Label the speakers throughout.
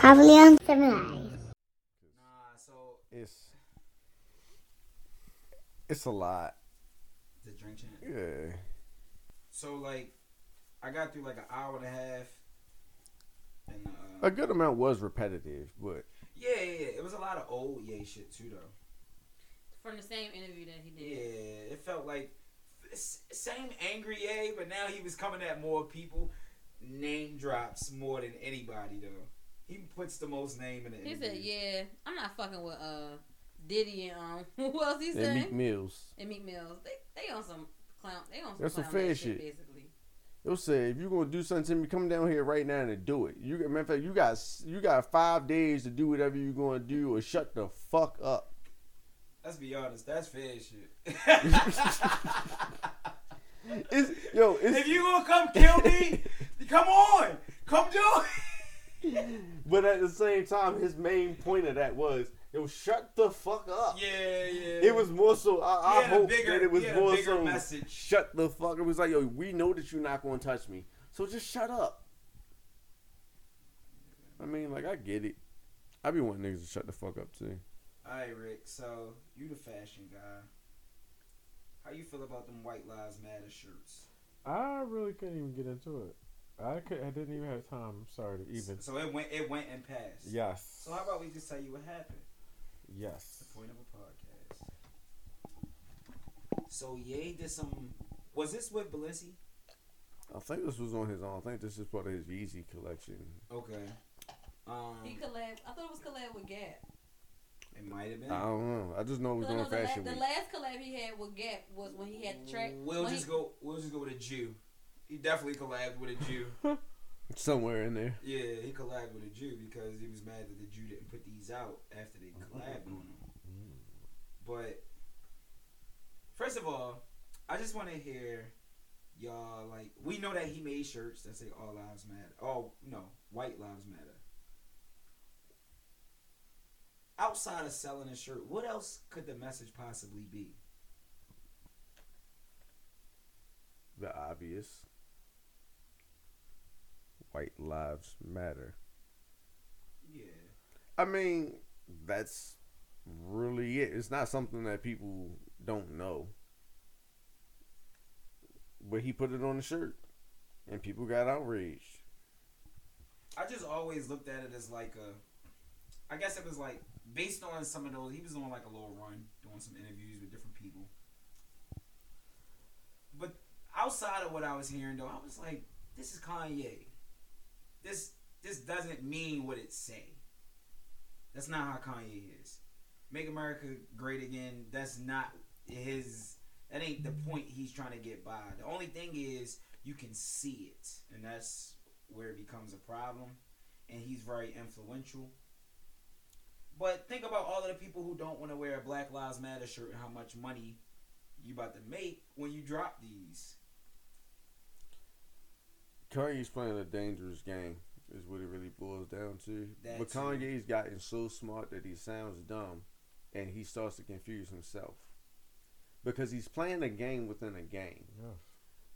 Speaker 1: Pavilion Seminary.
Speaker 2: Nah, so
Speaker 3: It's it's a lot.
Speaker 2: the drink champ.
Speaker 3: Yeah.
Speaker 2: So like, I got through like an hour and a half. And uh,
Speaker 3: A good amount was repetitive, but
Speaker 2: yeah, yeah, yeah, it was a lot of old yay shit too though.
Speaker 4: From the same interview that he did.
Speaker 2: Yeah, it felt like s- same angry yay, but now he was coming at more people. Name drops more than anybody though. He puts the most name in the.
Speaker 4: He said,
Speaker 2: interview.
Speaker 4: "Yeah, I'm not fucking with uh Diddy and um who else he
Speaker 3: they
Speaker 4: said
Speaker 3: meet meals.
Speaker 4: and Meek Mills. They they on some clown. They on some
Speaker 3: That's some
Speaker 4: clown
Speaker 3: fair
Speaker 4: ass
Speaker 3: shit.
Speaker 4: shit basically.
Speaker 3: They'll say if you're gonna do something to me, come down here right now and do it. You matter of fact, you got s- you got five days to do whatever you're gonna do, or shut the fuck up.
Speaker 2: Let's be honest, that's fair shit.
Speaker 3: It's yo,
Speaker 2: if
Speaker 3: it's
Speaker 2: you gonna come kill me, come on, come do it.
Speaker 3: but at the same time, his main point of that was yo, shut the fuck up.
Speaker 2: Yeah, yeah.
Speaker 3: It was more so. I, I
Speaker 2: had a
Speaker 3: hope
Speaker 2: bigger-
Speaker 3: that it was
Speaker 2: he had a
Speaker 3: more
Speaker 2: bigger
Speaker 3: so.
Speaker 2: message.
Speaker 3: Shut the fuck. It was like, yo, we know that you're not going to touch me, so just shut up. I mean, like, I get it. I be wanting niggas to shut the fuck up too.
Speaker 2: All right, Rick. So you the fashion guy. How you feel about them White Lives Matter shirts?
Speaker 5: I really couldn't even get into it. I could. I didn't even have time. I'm sorry to even.
Speaker 2: So it went. It went and passed.
Speaker 5: Yes.
Speaker 2: So how about we just tell you what happened?
Speaker 5: Yes.
Speaker 2: The point of a podcast. So Ye did some. Was this with Balenci?
Speaker 3: I think this was on his own. I think this is part of his Yeezy collection.
Speaker 2: Okay. Um,
Speaker 4: He collab. I thought it was collab with Gap.
Speaker 2: it might have been.
Speaker 3: I don't know. I just know it was
Speaker 4: No, no,
Speaker 3: on
Speaker 4: the, la-
Speaker 3: Fashion
Speaker 4: the
Speaker 3: Week.
Speaker 4: last collab he had with Gap was when he had the track.
Speaker 2: We'll
Speaker 4: when
Speaker 2: just
Speaker 4: he-
Speaker 2: go. We'll just go with a Jew. He definitely collabed with a Jew.
Speaker 3: Somewhere in there.
Speaker 2: yeah, he collabed with a Jew because he was mad that the Jew didn't put these out after they collabed on him. But first of all, I just want to hear y'all like we know that he made shirts that say all lives matter. Oh no, white lives matter. Outside of selling a shirt, what else could the message possibly be?
Speaker 3: The obvious. White lives matter.
Speaker 2: Yeah.
Speaker 3: I mean, that's really it. It's not something that people don't know. But he put it on the shirt, and people got outraged.
Speaker 2: I just always looked at it as like a. I guess it was like based on some of those. He was on like a little run, doing some interviews with different people. But outside of what I was hearing, though, I was like, "This is Kanye. This this doesn't mean what it say. That's not how Kanye is. Make America Great Again. That's not his. That ain't the point he's trying to get by. The only thing is you can see it, and that's where it becomes a problem, and he's very influential. But think about all of the people who don't want to wear a Black Lives Matter shirt and how much money you about to make when you drop these.
Speaker 3: Kanye's playing a dangerous game, is what it really boils down to.
Speaker 2: That
Speaker 3: but
Speaker 2: too.
Speaker 3: Kanye's gotten so smart that he sounds dumb, and he starts to confuse himself because he's playing a game within a game.
Speaker 5: Yes.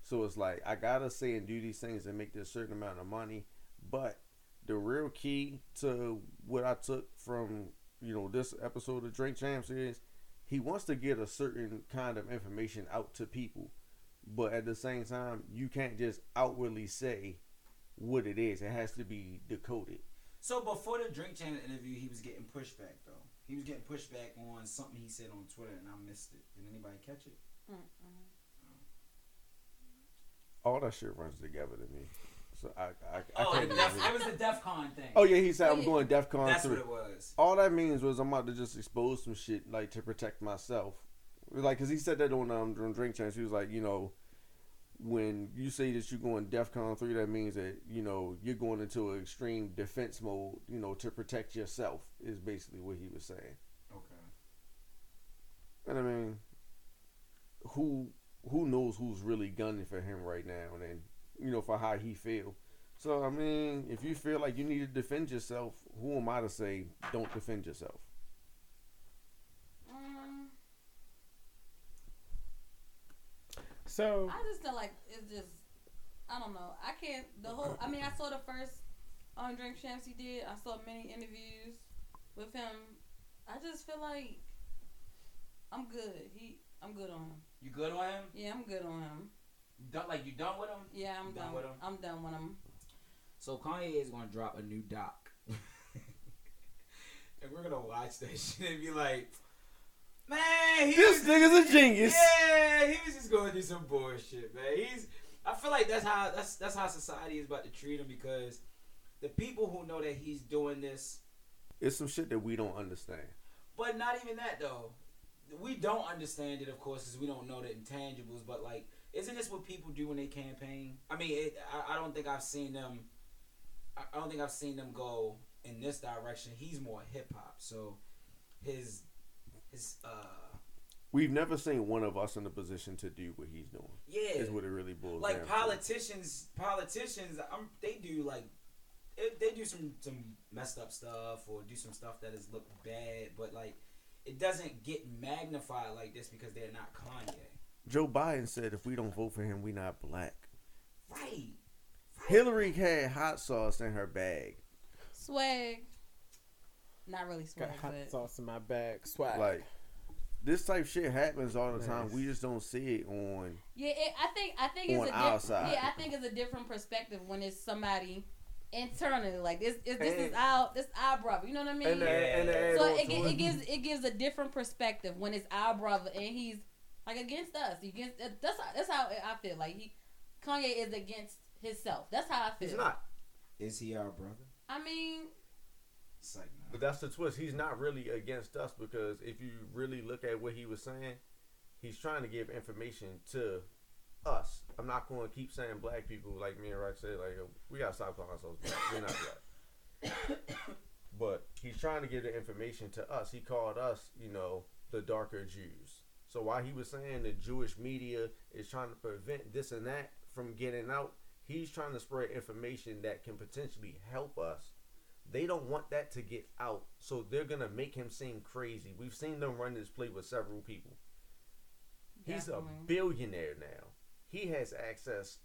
Speaker 3: So it's like I gotta say and do these things and make this certain amount of money, but the real key to what I took from you know this episode of Drink Champs is he wants to get a certain kind of information out to people, but at the same time you can't just outwardly say what it is. It has to be decoded.
Speaker 2: So before the Drink Channel interview, he was getting pushback though. He was getting pushback on something he said on Twitter, and I missed it. Did anybody catch it?
Speaker 4: Mm, mm-hmm.
Speaker 3: All that shit runs together to me. So I I, I
Speaker 2: oh,
Speaker 3: can't.
Speaker 2: the
Speaker 3: even
Speaker 2: Def-
Speaker 3: really-
Speaker 2: it was the DEF CON thing.
Speaker 3: oh yeah, he said I'm
Speaker 4: Yeah.
Speaker 3: going DEF CON
Speaker 2: that's
Speaker 3: three.
Speaker 2: what it was.
Speaker 3: all that means was I'm about to just expose some shit like to protect myself. Like, cause he said that on um on Drink Chance. He was like, you know, when you say that you're going DEF CON three, that means that you know you're going into an extreme defense mode. You know, to protect yourself is basically what he was saying.
Speaker 2: Okay.
Speaker 3: And I mean, who who knows who's really gunning for him right now, and then, you know for how he feel. So I mean, if you feel like you need to defend yourself, who am I to say don't defend yourself?
Speaker 4: Mm,
Speaker 5: So
Speaker 4: I just feel like it's just. I don't know. I can't. The whole. I mean, I saw the first on Drink Champs he did. I saw many interviews with him. I just feel like I'm good. He, I'm good on him.
Speaker 2: You good on him?
Speaker 4: Yeah, I'm good on him.
Speaker 2: You done, like you done with him?
Speaker 4: Yeah, I'm
Speaker 2: You
Speaker 4: done.
Speaker 2: done with him?
Speaker 4: I'm done with him.
Speaker 2: So Kanye is gonna drop a new doc, and we're gonna watch that shit and be like, man, he
Speaker 3: This
Speaker 2: was-
Speaker 3: nigga's a genius.
Speaker 2: Yeah, he was just going through some bullshit, man. He's. I feel like that's how that's that's how society is about to treat him because the people who know that he's doing this,
Speaker 3: It's some shit that we don't understand.
Speaker 2: but not even that though. We don't understand it, of course, because we don't know the intangibles. But like, isn't this what people do when they campaign? I mean, it, I, I don't think I've seen them. I I don't think I've seen them go in this direction. He's more hip hop, so his his uh
Speaker 3: We've never seen one of us in a position to do what he's doing.
Speaker 2: yeah
Speaker 3: Is what it really boils
Speaker 2: like
Speaker 3: down
Speaker 2: politicians politicians um they do like it, they do some some messed up stuff or do some stuff that is looked bad but like it doesn't get magnified like this because they're not kanye
Speaker 3: to. Joe Biden said, "If we don't vote for him, we not black."
Speaker 2: right
Speaker 3: Hillary had hot sauce in her bag.
Speaker 4: Swag. Not really swag,
Speaker 6: Got hot
Speaker 4: but
Speaker 6: sauce in my bag. Swag.
Speaker 3: Like this type of shit happens all the time.
Speaker 6: Nice.
Speaker 3: We just don't see it on.
Speaker 4: yeah, it, I think I think it's
Speaker 3: On
Speaker 4: a
Speaker 3: our
Speaker 4: diff-
Speaker 3: side.
Speaker 4: yeah, I think it's a different perspective when it's somebody internally like this. Is, this is
Speaker 6: And-
Speaker 4: our this our brother. You know what I mean?
Speaker 6: and, uh, and, uh, add
Speaker 4: so
Speaker 6: on
Speaker 4: it,
Speaker 6: to
Speaker 4: gi- it gives it gives a different perspective when it's our brother and he's like against us. He Against that's how, that's how I feel. Like he Kanye is against himself. That's how I feel.
Speaker 6: He's not.
Speaker 2: is he our brother
Speaker 4: I mean,
Speaker 2: it's like
Speaker 3: But
Speaker 2: no.
Speaker 3: that's the twist. He's not really against us because if you really look at what he was saying, he's trying to give information to us. I'm not going to keep saying black people like me and Rock said, like, yo, we got to stop calling ourselves black. We're not black. but he's trying to give the information to us. He called us, you know, the darker Jews. So while he was saying the Jewish media is trying to prevent this and that from getting out, he's trying to spread information that can potentially help us they don't want that to get out, so they're gonna make him seem crazy. We've seen them run this play with several people. He's a
Speaker 4: definitely.
Speaker 3: billionaire now. He has access,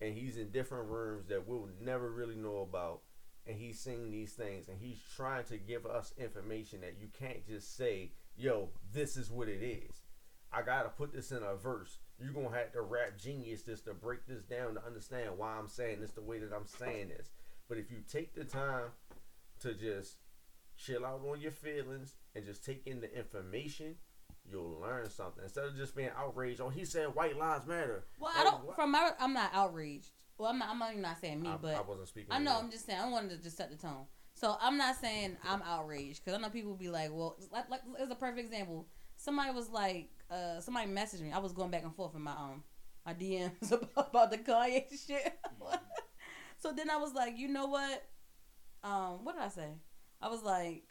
Speaker 3: and he's in different rooms that we'll never really know about. And he's seeing these things, and he's trying to give us information that you can't just say, "Yo, this is what it is." I gotta put this in a verse. You're gonna have to rap genius just to break this down to understand why I'm saying this the way that I'm saying this. But if you take the time to just chill out on your feelings and just take in the information, you'll learn something. Instead of just being outraged, oh, he said white lives matter.
Speaker 4: Well,
Speaker 3: Oh,
Speaker 4: I don't.
Speaker 3: what?
Speaker 4: From my, I'm not outraged. Well, I'm not. I'm not even not saying me,
Speaker 3: I,
Speaker 4: but
Speaker 3: I wasn't speaking.
Speaker 4: I
Speaker 3: to
Speaker 4: know.
Speaker 3: you.
Speaker 4: I'm just saying. I wanted to just set the tone. So I'm not saying I'm outraged because I know people be like, well, it's like, like it's a perfect example. Somebody was like, uh, somebody messaged me. I was going back and forth in my um my DMs about, about the Kanye shit. so then I was like, you know what? Um, what did I say? I was like,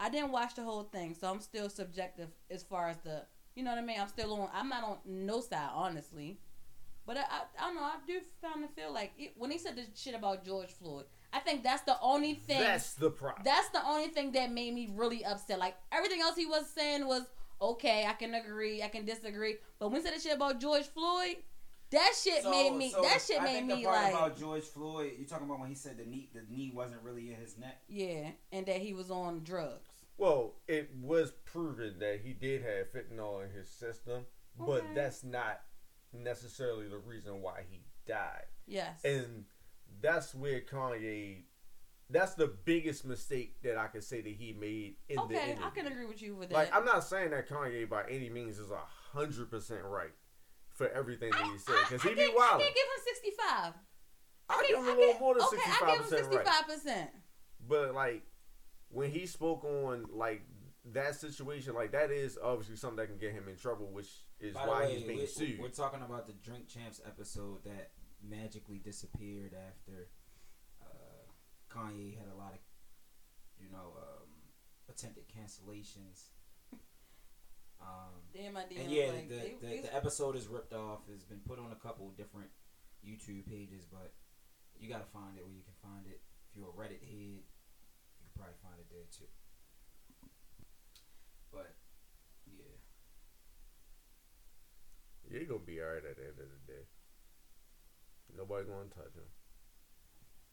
Speaker 4: I didn't watch the whole thing, so I'm still subjective as far as the, you know what I mean. I'm still on. I'm not on no side, honestly. But I, I, I don't know. I do kind of feel like it, when he said the shit about George Floyd, I think that's the only thing.
Speaker 3: That's the problem.
Speaker 4: That's the only thing that made me really upset. Like everything else he was saying was okay. I can agree. I can disagree. But when he said the shit about George Floyd, that shit
Speaker 2: So-
Speaker 4: made me.
Speaker 2: so
Speaker 4: that shit
Speaker 2: I
Speaker 4: made
Speaker 2: think
Speaker 4: me
Speaker 2: the part
Speaker 4: like
Speaker 2: about George Floyd. You're talking about when he said the knee, the knee wasn't really in his neck.
Speaker 4: yeah, and that he was on drugs.
Speaker 3: Well, it was proven that he did have fentanyl in his system, but
Speaker 4: Okay.
Speaker 3: that's not necessarily the reason why he died.
Speaker 4: Yes.
Speaker 3: And that's where Kanye. That's the biggest mistake that I could say that he made in the
Speaker 4: okay, I
Speaker 3: interview.
Speaker 4: can agree with you with that.
Speaker 3: Like I'm not saying that Kanye by any means is a hundred percent right for everything that he said because he
Speaker 4: I
Speaker 3: be
Speaker 4: can't- I
Speaker 3: wild.
Speaker 4: can't give him sixty five.
Speaker 3: I give him a little more than sixty
Speaker 4: Okay, I
Speaker 3: five
Speaker 4: give him
Speaker 3: percent
Speaker 4: sixty
Speaker 3: right.
Speaker 4: five percent.
Speaker 3: But like when he spoke on like that situation, like that is obviously something that can get him in trouble, which is
Speaker 2: By the
Speaker 3: why
Speaker 2: way,
Speaker 3: he's being
Speaker 2: we're,
Speaker 3: sued.
Speaker 2: we're talking about the Drink Champs episode that magically disappeared after uh, Kanye had a lot of, you know, um, attempted cancellations. Um,
Speaker 4: Damn, I did.
Speaker 2: and yeah,
Speaker 4: like,
Speaker 2: the,
Speaker 4: they-
Speaker 2: the,
Speaker 4: they-
Speaker 2: the episode is ripped off. It's been put on a couple different YouTube pages, but you gotta find it where you can find it. If you're a Reddit head, you can probably find it there too. But yeah.
Speaker 3: You're gonna be alright at the end of the day. Nobody gonna touch him.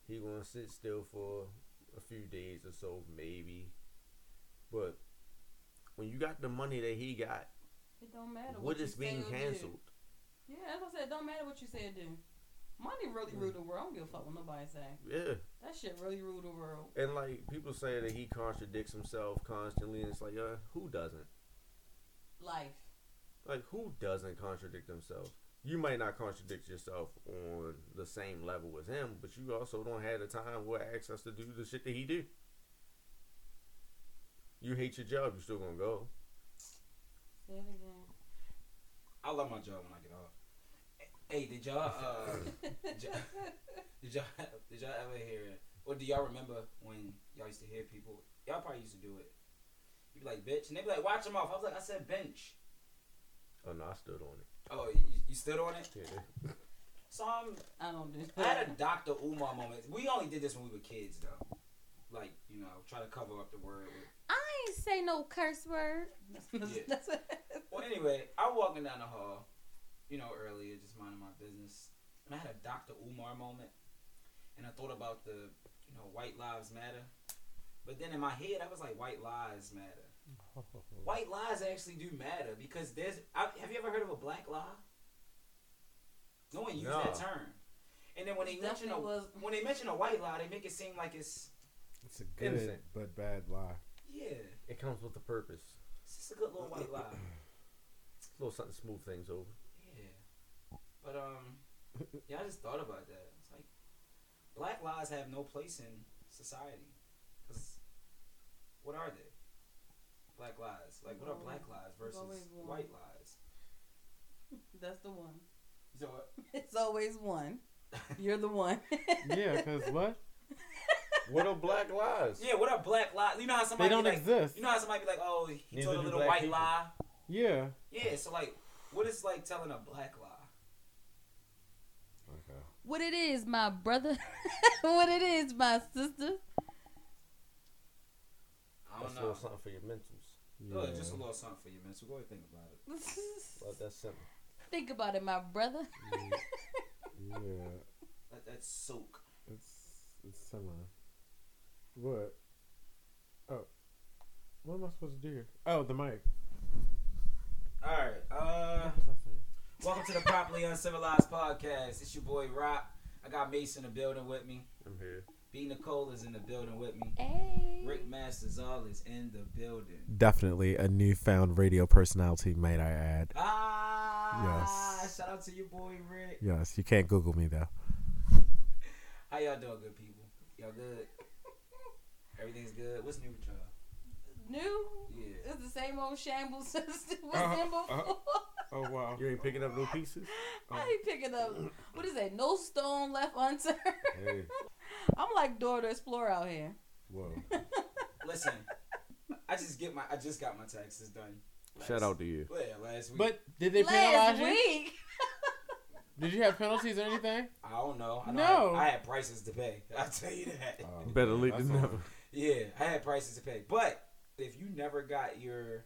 Speaker 3: He gonna sit still for a few days or so, maybe. But when you got the money that he got,
Speaker 4: It don't matter.
Speaker 3: what
Speaker 4: you
Speaker 3: is
Speaker 4: say
Speaker 3: being
Speaker 4: or do.
Speaker 3: canceled?
Speaker 4: Yeah, that's what I said. It don't matter what you say or do. Money really
Speaker 3: Hmm.
Speaker 4: rule the world. I don't give a fuck what nobody say.
Speaker 3: Yeah,
Speaker 4: That shit really rule the world.
Speaker 3: and like people say that he contradicts himself constantly, and it's like, uh, who doesn't?
Speaker 4: Life.
Speaker 3: Like, who doesn't contradict themselves? You might not contradict yourself on the same level as him, but you also don't have the time or access to do the shit that he do. You hate your job, you still gonna go.
Speaker 4: Say it again.
Speaker 2: I love my job when I get off. Hey, did y'all uh, j- did y'all did y'all ever hear or do y'all remember when y'all used to hear people? Y'all probably used to do it. You'd be like, "Bitch," and they'd be like, "Watch him off." I was like, "I said bench."
Speaker 3: Oh no, I stood on it.
Speaker 2: Oh, you, you stood on it.
Speaker 3: Yeah.
Speaker 2: So I'm
Speaker 4: I don't do
Speaker 2: I had a
Speaker 4: that.
Speaker 2: Dr. Umar moment. We only did this when we were kids, though. Like, you know, try to cover up the word. With...
Speaker 4: I ain't say no curse word.
Speaker 2: Yeah.
Speaker 4: That's it.
Speaker 2: Well, anyway, I'm walking down the hall, you know, earlier, just minding my business. And I had a Dr. Umar moment. And I thought about the, you know, white lives matter. But then in my head, I was like, white lies matter. White lies actually do matter because there's. I, have you ever heard of a black lie? No one used
Speaker 3: No.
Speaker 2: that term. And then when they mention a
Speaker 4: Definitely was-
Speaker 2: when they mention a white lie, they make it seem like it's
Speaker 6: It's a good
Speaker 3: Innocent.
Speaker 6: but bad lie.
Speaker 2: yeah,
Speaker 3: It comes with a purpose.
Speaker 2: it's just a good little white lie.
Speaker 3: A little something to smooth things over.
Speaker 2: Yeah. But um yeah, I just thought about that. It's like black lives have no place in society. Cuz what are they? Black lives. Like what are black lives
Speaker 4: It's always
Speaker 2: versus
Speaker 4: one.
Speaker 2: white lies?
Speaker 4: That's the one.
Speaker 2: You know what?
Speaker 4: It's always one. You're the one.
Speaker 6: Yeah, because what?
Speaker 3: What are black lies?
Speaker 2: Yeah, what are black lies? You know how somebody
Speaker 6: don't
Speaker 2: be like,
Speaker 6: exist.
Speaker 2: You know how somebody be like, "Oh, he
Speaker 3: Neither
Speaker 2: told a
Speaker 3: do
Speaker 2: little
Speaker 3: black
Speaker 2: white
Speaker 3: people.
Speaker 2: lie."
Speaker 6: Yeah.
Speaker 2: Yeah, so like what is like telling a black lie?
Speaker 6: Okay.
Speaker 4: What it is, my brother. what it is, my sister.
Speaker 2: I
Speaker 3: That's
Speaker 2: don't
Speaker 3: a little
Speaker 2: know.
Speaker 3: something for your mentals.
Speaker 6: Yeah.
Speaker 2: Look, just a little something for you, man. So go ahead and think about it.
Speaker 3: Like, that's simple.
Speaker 4: Think about it, my brother.
Speaker 6: yeah.
Speaker 2: Let that soak.
Speaker 6: It's it's similar. What? Oh. What am I supposed to do here? Oh, the mic.
Speaker 2: All right. Uh
Speaker 6: What was I saying?
Speaker 2: Welcome to the Properly Uncivilized Podcast. It's your boy Rock. I got Mason in the building with me.
Speaker 3: I'm here.
Speaker 2: B Nicole is in the building with me.
Speaker 4: Hey.
Speaker 2: Rick Masterzal is in the building.
Speaker 6: Definitely a newfound radio personality, might I add.
Speaker 2: Ah
Speaker 6: Yes.
Speaker 2: shout out to your boy Rick.
Speaker 6: Yes, you can't Google me though.
Speaker 2: How y'all doing, good people? Y'all good? Everything's good. What's new with y'all?
Speaker 4: New.
Speaker 2: Yeah.
Speaker 4: It's the same old shambles since it was
Speaker 6: Uh-huh,
Speaker 4: them before.
Speaker 6: uh-huh. Oh wow.
Speaker 3: You ain't picking up no pieces?
Speaker 4: I ain't picking up. What is that? No stone left unturned.
Speaker 6: Hey.
Speaker 4: I'm like Dora the Explorer out here.
Speaker 6: Whoa.
Speaker 2: Listen, I just get my I just got my taxes done. Last-
Speaker 3: Shout out to you.
Speaker 2: Well, yeah, last week.
Speaker 6: But did they
Speaker 4: Last
Speaker 6: penalize you?
Speaker 4: week.
Speaker 6: Did you have penalties or anything?
Speaker 2: I don't know. I know
Speaker 6: No.
Speaker 2: I, had, I had prices to pay. I'll tell you that.
Speaker 3: Better late than
Speaker 6: That's all.
Speaker 3: never.
Speaker 2: Yeah, I had prices to pay. But if you never got your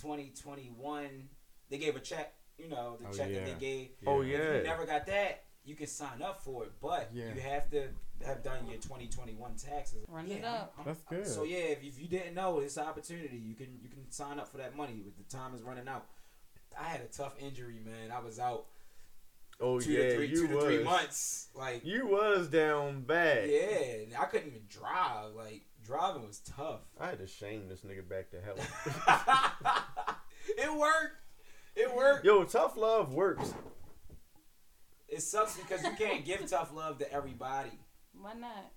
Speaker 2: 2021, they gave a check, you know, the
Speaker 6: Oh,
Speaker 2: check that
Speaker 6: yeah.
Speaker 2: they gave.
Speaker 3: Oh,
Speaker 2: If
Speaker 3: yeah.
Speaker 2: you never got that, you can sign up for it, but
Speaker 6: Yeah.
Speaker 2: you have to have done your 2021 taxes.
Speaker 4: Run
Speaker 2: yeah,
Speaker 4: it up.
Speaker 2: I'm- I'm-
Speaker 6: That's good.
Speaker 2: So yeah, if, if you didn't know, it's an opportunity. You can you can sign up for that money, but the time is running out. I had a tough injury, man. I was out
Speaker 3: Oh,
Speaker 2: two
Speaker 3: yeah.
Speaker 2: to three,
Speaker 3: you
Speaker 2: two to
Speaker 3: was.
Speaker 2: three months. Like
Speaker 3: You was down bad.
Speaker 2: yeah, and I couldn't even drive. Like driving was tough.
Speaker 3: I had to shame this nigga back to hell.
Speaker 2: it worked. It worked.
Speaker 3: Yo, tough love works.
Speaker 2: It sucks because you can't give tough love to everybody.
Speaker 4: Why not?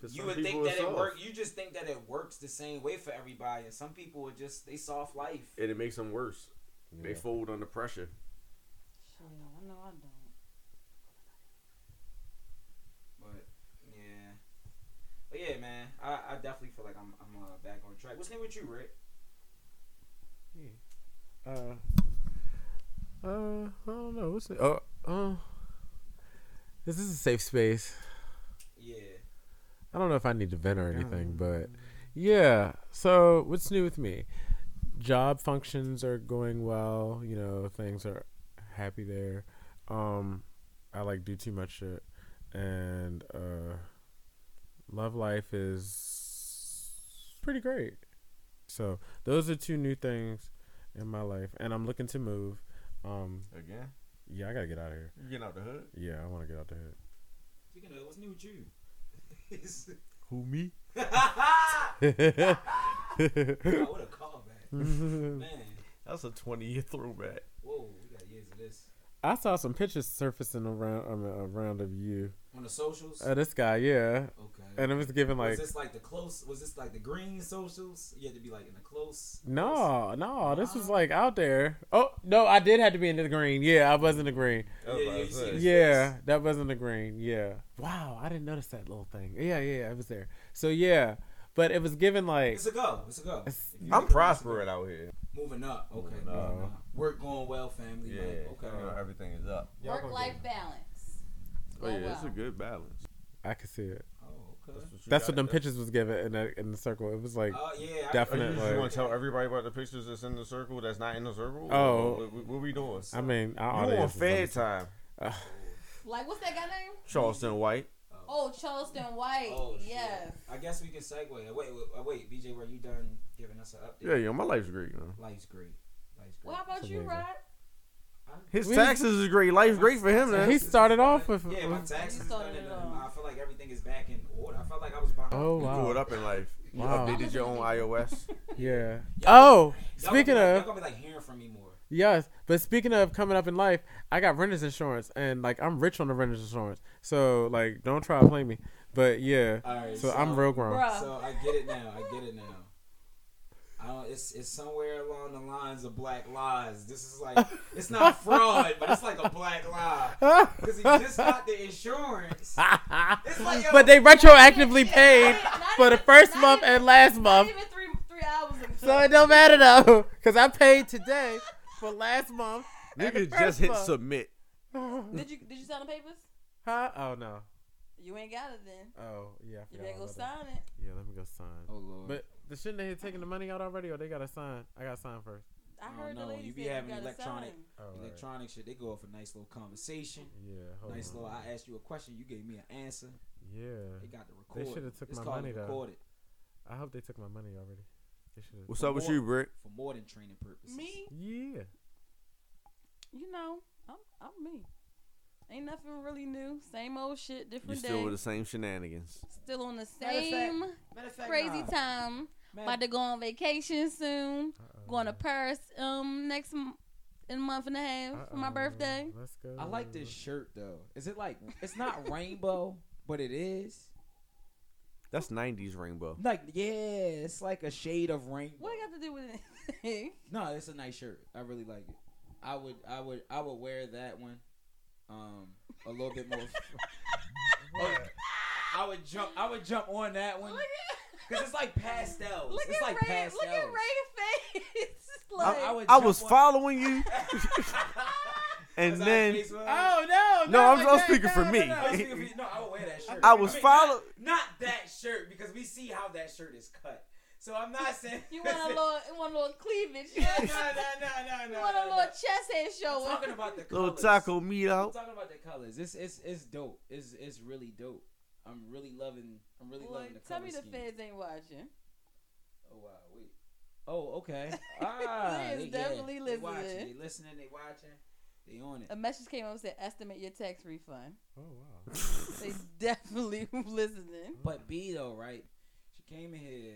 Speaker 3: 'Cause
Speaker 2: You
Speaker 3: some
Speaker 2: would
Speaker 3: people
Speaker 2: think
Speaker 3: are
Speaker 2: that it
Speaker 3: soft.
Speaker 2: works. You just think that it works the same way for everybody. And some people are just they soft life.
Speaker 3: And it makes them worse. They
Speaker 6: Yeah.
Speaker 3: fold under pressure.
Speaker 4: Shit, I know I don't.
Speaker 2: But yeah, but yeah, man. I, I definitely feel like I'm I'm uh, back on track. What's new with you, Rick?
Speaker 6: Uh, uh, I don't know. What's it? Oh, uh, this is a safe space.
Speaker 2: Yeah.
Speaker 6: I don't know if I need to vent or anything, but yeah. So what's new with me? Job functions are going well. You know, things are happy there. Um, I like do too much shit, and uh, love life is pretty great. So those are two new things in my life, and I'm looking to move. Um,
Speaker 3: Again,
Speaker 6: yeah, I gotta get out of here.
Speaker 3: you getting out the hood?
Speaker 6: Yeah, I want to get out the hood.
Speaker 2: Speaking of, what's new with you?
Speaker 6: Who me?
Speaker 2: oh, what a
Speaker 3: Hmm.
Speaker 2: callback, man!
Speaker 3: That's a twenty year throwback.
Speaker 2: Whoa, we got years of this
Speaker 6: I saw some pictures surfacing around um, around of you.
Speaker 2: on the socials.
Speaker 6: Uh, this guy, yeah,
Speaker 2: okay.
Speaker 6: and it was giving
Speaker 2: was
Speaker 6: like
Speaker 2: this like the close? Was this like the green socials? You had to be like in the close.
Speaker 6: No, no, this was like out there. Oh no, I did have to be in the green. Yeah, I was in the green.
Speaker 3: That's
Speaker 2: Yeah,
Speaker 3: what I
Speaker 2: yeah, you
Speaker 3: said.
Speaker 2: see Yes,
Speaker 6: Yeah,
Speaker 2: yes.
Speaker 6: that was in the green. Yeah. Wow, I didn't notice that little thing. Yeah, yeah, yeah, it was there. So yeah, but it was given like
Speaker 2: It's a go. It's a go.
Speaker 6: It's-
Speaker 2: If you make
Speaker 3: I'm
Speaker 2: it, it's a go.
Speaker 3: prospering out here.
Speaker 2: Moving up. Okay.
Speaker 3: Moving
Speaker 2: moving
Speaker 3: up.
Speaker 2: up. Work going well, family.
Speaker 3: Yeah,
Speaker 2: Like, okay.
Speaker 3: you know, everything is up.
Speaker 6: Y'all gonna
Speaker 4: Work life balance.
Speaker 3: Oh yeah, it's
Speaker 4: wow.
Speaker 3: a good balance.
Speaker 6: I could see it.
Speaker 2: Oh, okay.
Speaker 3: what,
Speaker 6: That's what them pictures was given in the in the circle. It was like
Speaker 2: Oh yeah. I-
Speaker 3: You
Speaker 6: Definitely.
Speaker 3: just
Speaker 6: Like-
Speaker 3: want to tell everybody about the pictures that's in the circle that's not in the circle?
Speaker 6: Oh.
Speaker 3: what, what, what we doing?
Speaker 6: I mean, I
Speaker 3: you on
Speaker 6: audience was
Speaker 3: Fed time?
Speaker 4: Like what's that guy name?
Speaker 3: Charleston White.
Speaker 4: Oh, Charleston White.
Speaker 2: Oh, shit.
Speaker 4: yes.
Speaker 2: I guess we can segue. Wait, wait, wait, wait, BJ, were you done giving us an update?
Speaker 3: Yeah, yo, my life's great, man.
Speaker 2: Life's great. Life's great.
Speaker 4: Well, how about you,
Speaker 6: Amazing.
Speaker 4: Rod?
Speaker 3: His
Speaker 6: We-
Speaker 3: taxes is great. Life's great for him,
Speaker 6: He
Speaker 3: man.
Speaker 6: He's- started off with-
Speaker 2: Yeah, my
Speaker 6: with-
Speaker 2: taxes.
Speaker 4: You started
Speaker 2: done
Speaker 4: it
Speaker 2: and, um,
Speaker 4: off.
Speaker 2: I feel like everything is back in order. I felt like I was behind.
Speaker 6: Oh
Speaker 3: You grew it
Speaker 6: wow,
Speaker 3: up in life. You
Speaker 6: Wow.
Speaker 3: updated your own iOS.
Speaker 6: yeah. Oh,
Speaker 2: Y'all gonna be
Speaker 6: speaking
Speaker 2: like-
Speaker 6: of,
Speaker 2: y'all gonna be like hearing from me more.
Speaker 6: Yes, but speaking of coming up in life, I got renter's insurance, and like I'm rich on the renter's insurance, so like don't try to play me. But yeah,
Speaker 2: All right.
Speaker 6: so, I'm real grown.
Speaker 4: Bruh.
Speaker 2: So I get it now. I get it now. I don't, it's it's somewhere along the lines of black lies. This is like it's not fraud, but it's like a black lie because he just got the insurance. It's like yo,
Speaker 6: but they retroactively
Speaker 4: Shit,
Speaker 6: paid
Speaker 4: not even-
Speaker 6: for the
Speaker 4: not
Speaker 6: first
Speaker 4: even-
Speaker 6: month and last
Speaker 4: Not
Speaker 6: month,
Speaker 4: even three three hours ago.
Speaker 6: so it don't matter though, cause I paid today for last month. and the
Speaker 3: Nigga
Speaker 6: first
Speaker 3: just hit
Speaker 6: month.
Speaker 3: submit.
Speaker 4: did you did you sign the papers?
Speaker 6: Huh? Oh no.
Speaker 4: You ain't got it then.
Speaker 6: Oh yeah. I
Speaker 4: You
Speaker 6: forgot
Speaker 4: better go
Speaker 6: all about that.
Speaker 4: sign it.
Speaker 6: Yeah, let me go sign.
Speaker 2: Oh lord.
Speaker 6: But the shouldn't they have taken the money out already, or they gotta sign? I gotta sign first.
Speaker 4: I
Speaker 2: don't
Speaker 4: heard the
Speaker 2: know.
Speaker 4: lady
Speaker 2: You be
Speaker 4: said
Speaker 2: having
Speaker 4: you gotta
Speaker 2: electronic-
Speaker 4: sign.
Speaker 6: Oh,
Speaker 2: Electronic shit, they go off a nice little conversation.
Speaker 6: Yeah. Hold
Speaker 2: nice
Speaker 6: on.
Speaker 2: little. I asked you a question, you gave me an answer. They
Speaker 6: Oh, Yeah.
Speaker 2: got the record.
Speaker 6: shoulda took
Speaker 2: it's
Speaker 6: my
Speaker 2: called
Speaker 6: money, though.
Speaker 2: recorded
Speaker 6: I hope they took my money already. They should have.
Speaker 3: What's up with you, Brick?
Speaker 2: for more than training purposes.
Speaker 4: Me,
Speaker 6: Yeah.
Speaker 4: you know, I'm I'm me. Ain't nothing really new. Same old shit,
Speaker 3: You
Speaker 4: different
Speaker 3: still
Speaker 4: day.
Speaker 3: with the same shenanigans.
Speaker 4: still on the
Speaker 2: Matter of fact-
Speaker 4: same
Speaker 2: Matter of fact,
Speaker 4: crazy
Speaker 2: nah.
Speaker 4: time.
Speaker 2: Matter-
Speaker 4: About to go on vacation soon.
Speaker 6: Uh-oh.
Speaker 4: Going to Paris um next m- in a month and a half for my
Speaker 6: Uh-oh.
Speaker 4: birthday.
Speaker 6: Let's go.
Speaker 2: I like this shirt though. Is it like it's not rainbow, but it is.
Speaker 3: That's '90s rainbow.
Speaker 2: Like yeah, it's like a shade of rainbow.
Speaker 4: What I got to do with it?
Speaker 2: No, it's a nice shirt. I really like it. I would, I would, I would wear that one. Um, a little bit more. Oh, I would jump. I would jump on that one
Speaker 4: Look at
Speaker 2: because it's like pastels.
Speaker 4: look
Speaker 2: it's
Speaker 4: at
Speaker 2: like
Speaker 4: Ray.
Speaker 2: pastels.
Speaker 4: Look at Ray's face.
Speaker 3: I,
Speaker 4: like,
Speaker 2: I would
Speaker 3: I
Speaker 2: jump
Speaker 3: was
Speaker 2: on-
Speaker 3: following you, and
Speaker 2: Was I
Speaker 3: then
Speaker 2: face one?
Speaker 6: Oh no!
Speaker 3: No, I'm-
Speaker 6: not like
Speaker 3: I'm
Speaker 6: that,
Speaker 3: speaking for me.
Speaker 6: no.
Speaker 2: I was thinking of- no, I would wear that shirt.
Speaker 3: I was
Speaker 2: mean,
Speaker 3: follow-
Speaker 2: Not, not that shirt because we see how that shirt is cut. So I'm not saying
Speaker 4: you want a little, you want a little cleavage.
Speaker 2: no, no,
Speaker 4: yeah?
Speaker 2: no, no,
Speaker 4: you
Speaker 2: no.
Speaker 4: want a
Speaker 2: no,
Speaker 4: little
Speaker 2: no.
Speaker 4: chest hair
Speaker 2: I'm
Speaker 4: showing.
Speaker 2: talking about the
Speaker 3: little
Speaker 2: colors.
Speaker 3: taco meat
Speaker 2: I'm
Speaker 3: out.
Speaker 2: talking about the colors. It's it's it's dope. It's it's really dope. I'm really loving. I'm really
Speaker 4: Boy,
Speaker 2: loving the
Speaker 4: tell
Speaker 2: color
Speaker 4: me the
Speaker 2: scheme.
Speaker 4: feds ain't watching.
Speaker 2: Oh wow, wait. Oh okay. Ah,
Speaker 4: Liz
Speaker 2: they, yeah,
Speaker 4: definitely
Speaker 2: they
Speaker 4: listening.
Speaker 2: watching. They listening. They watching. They on it.
Speaker 4: A message came up and said, "Estimate your tax refund."
Speaker 6: Oh wow!
Speaker 4: They definitely listening.
Speaker 2: But B though, right? She came in here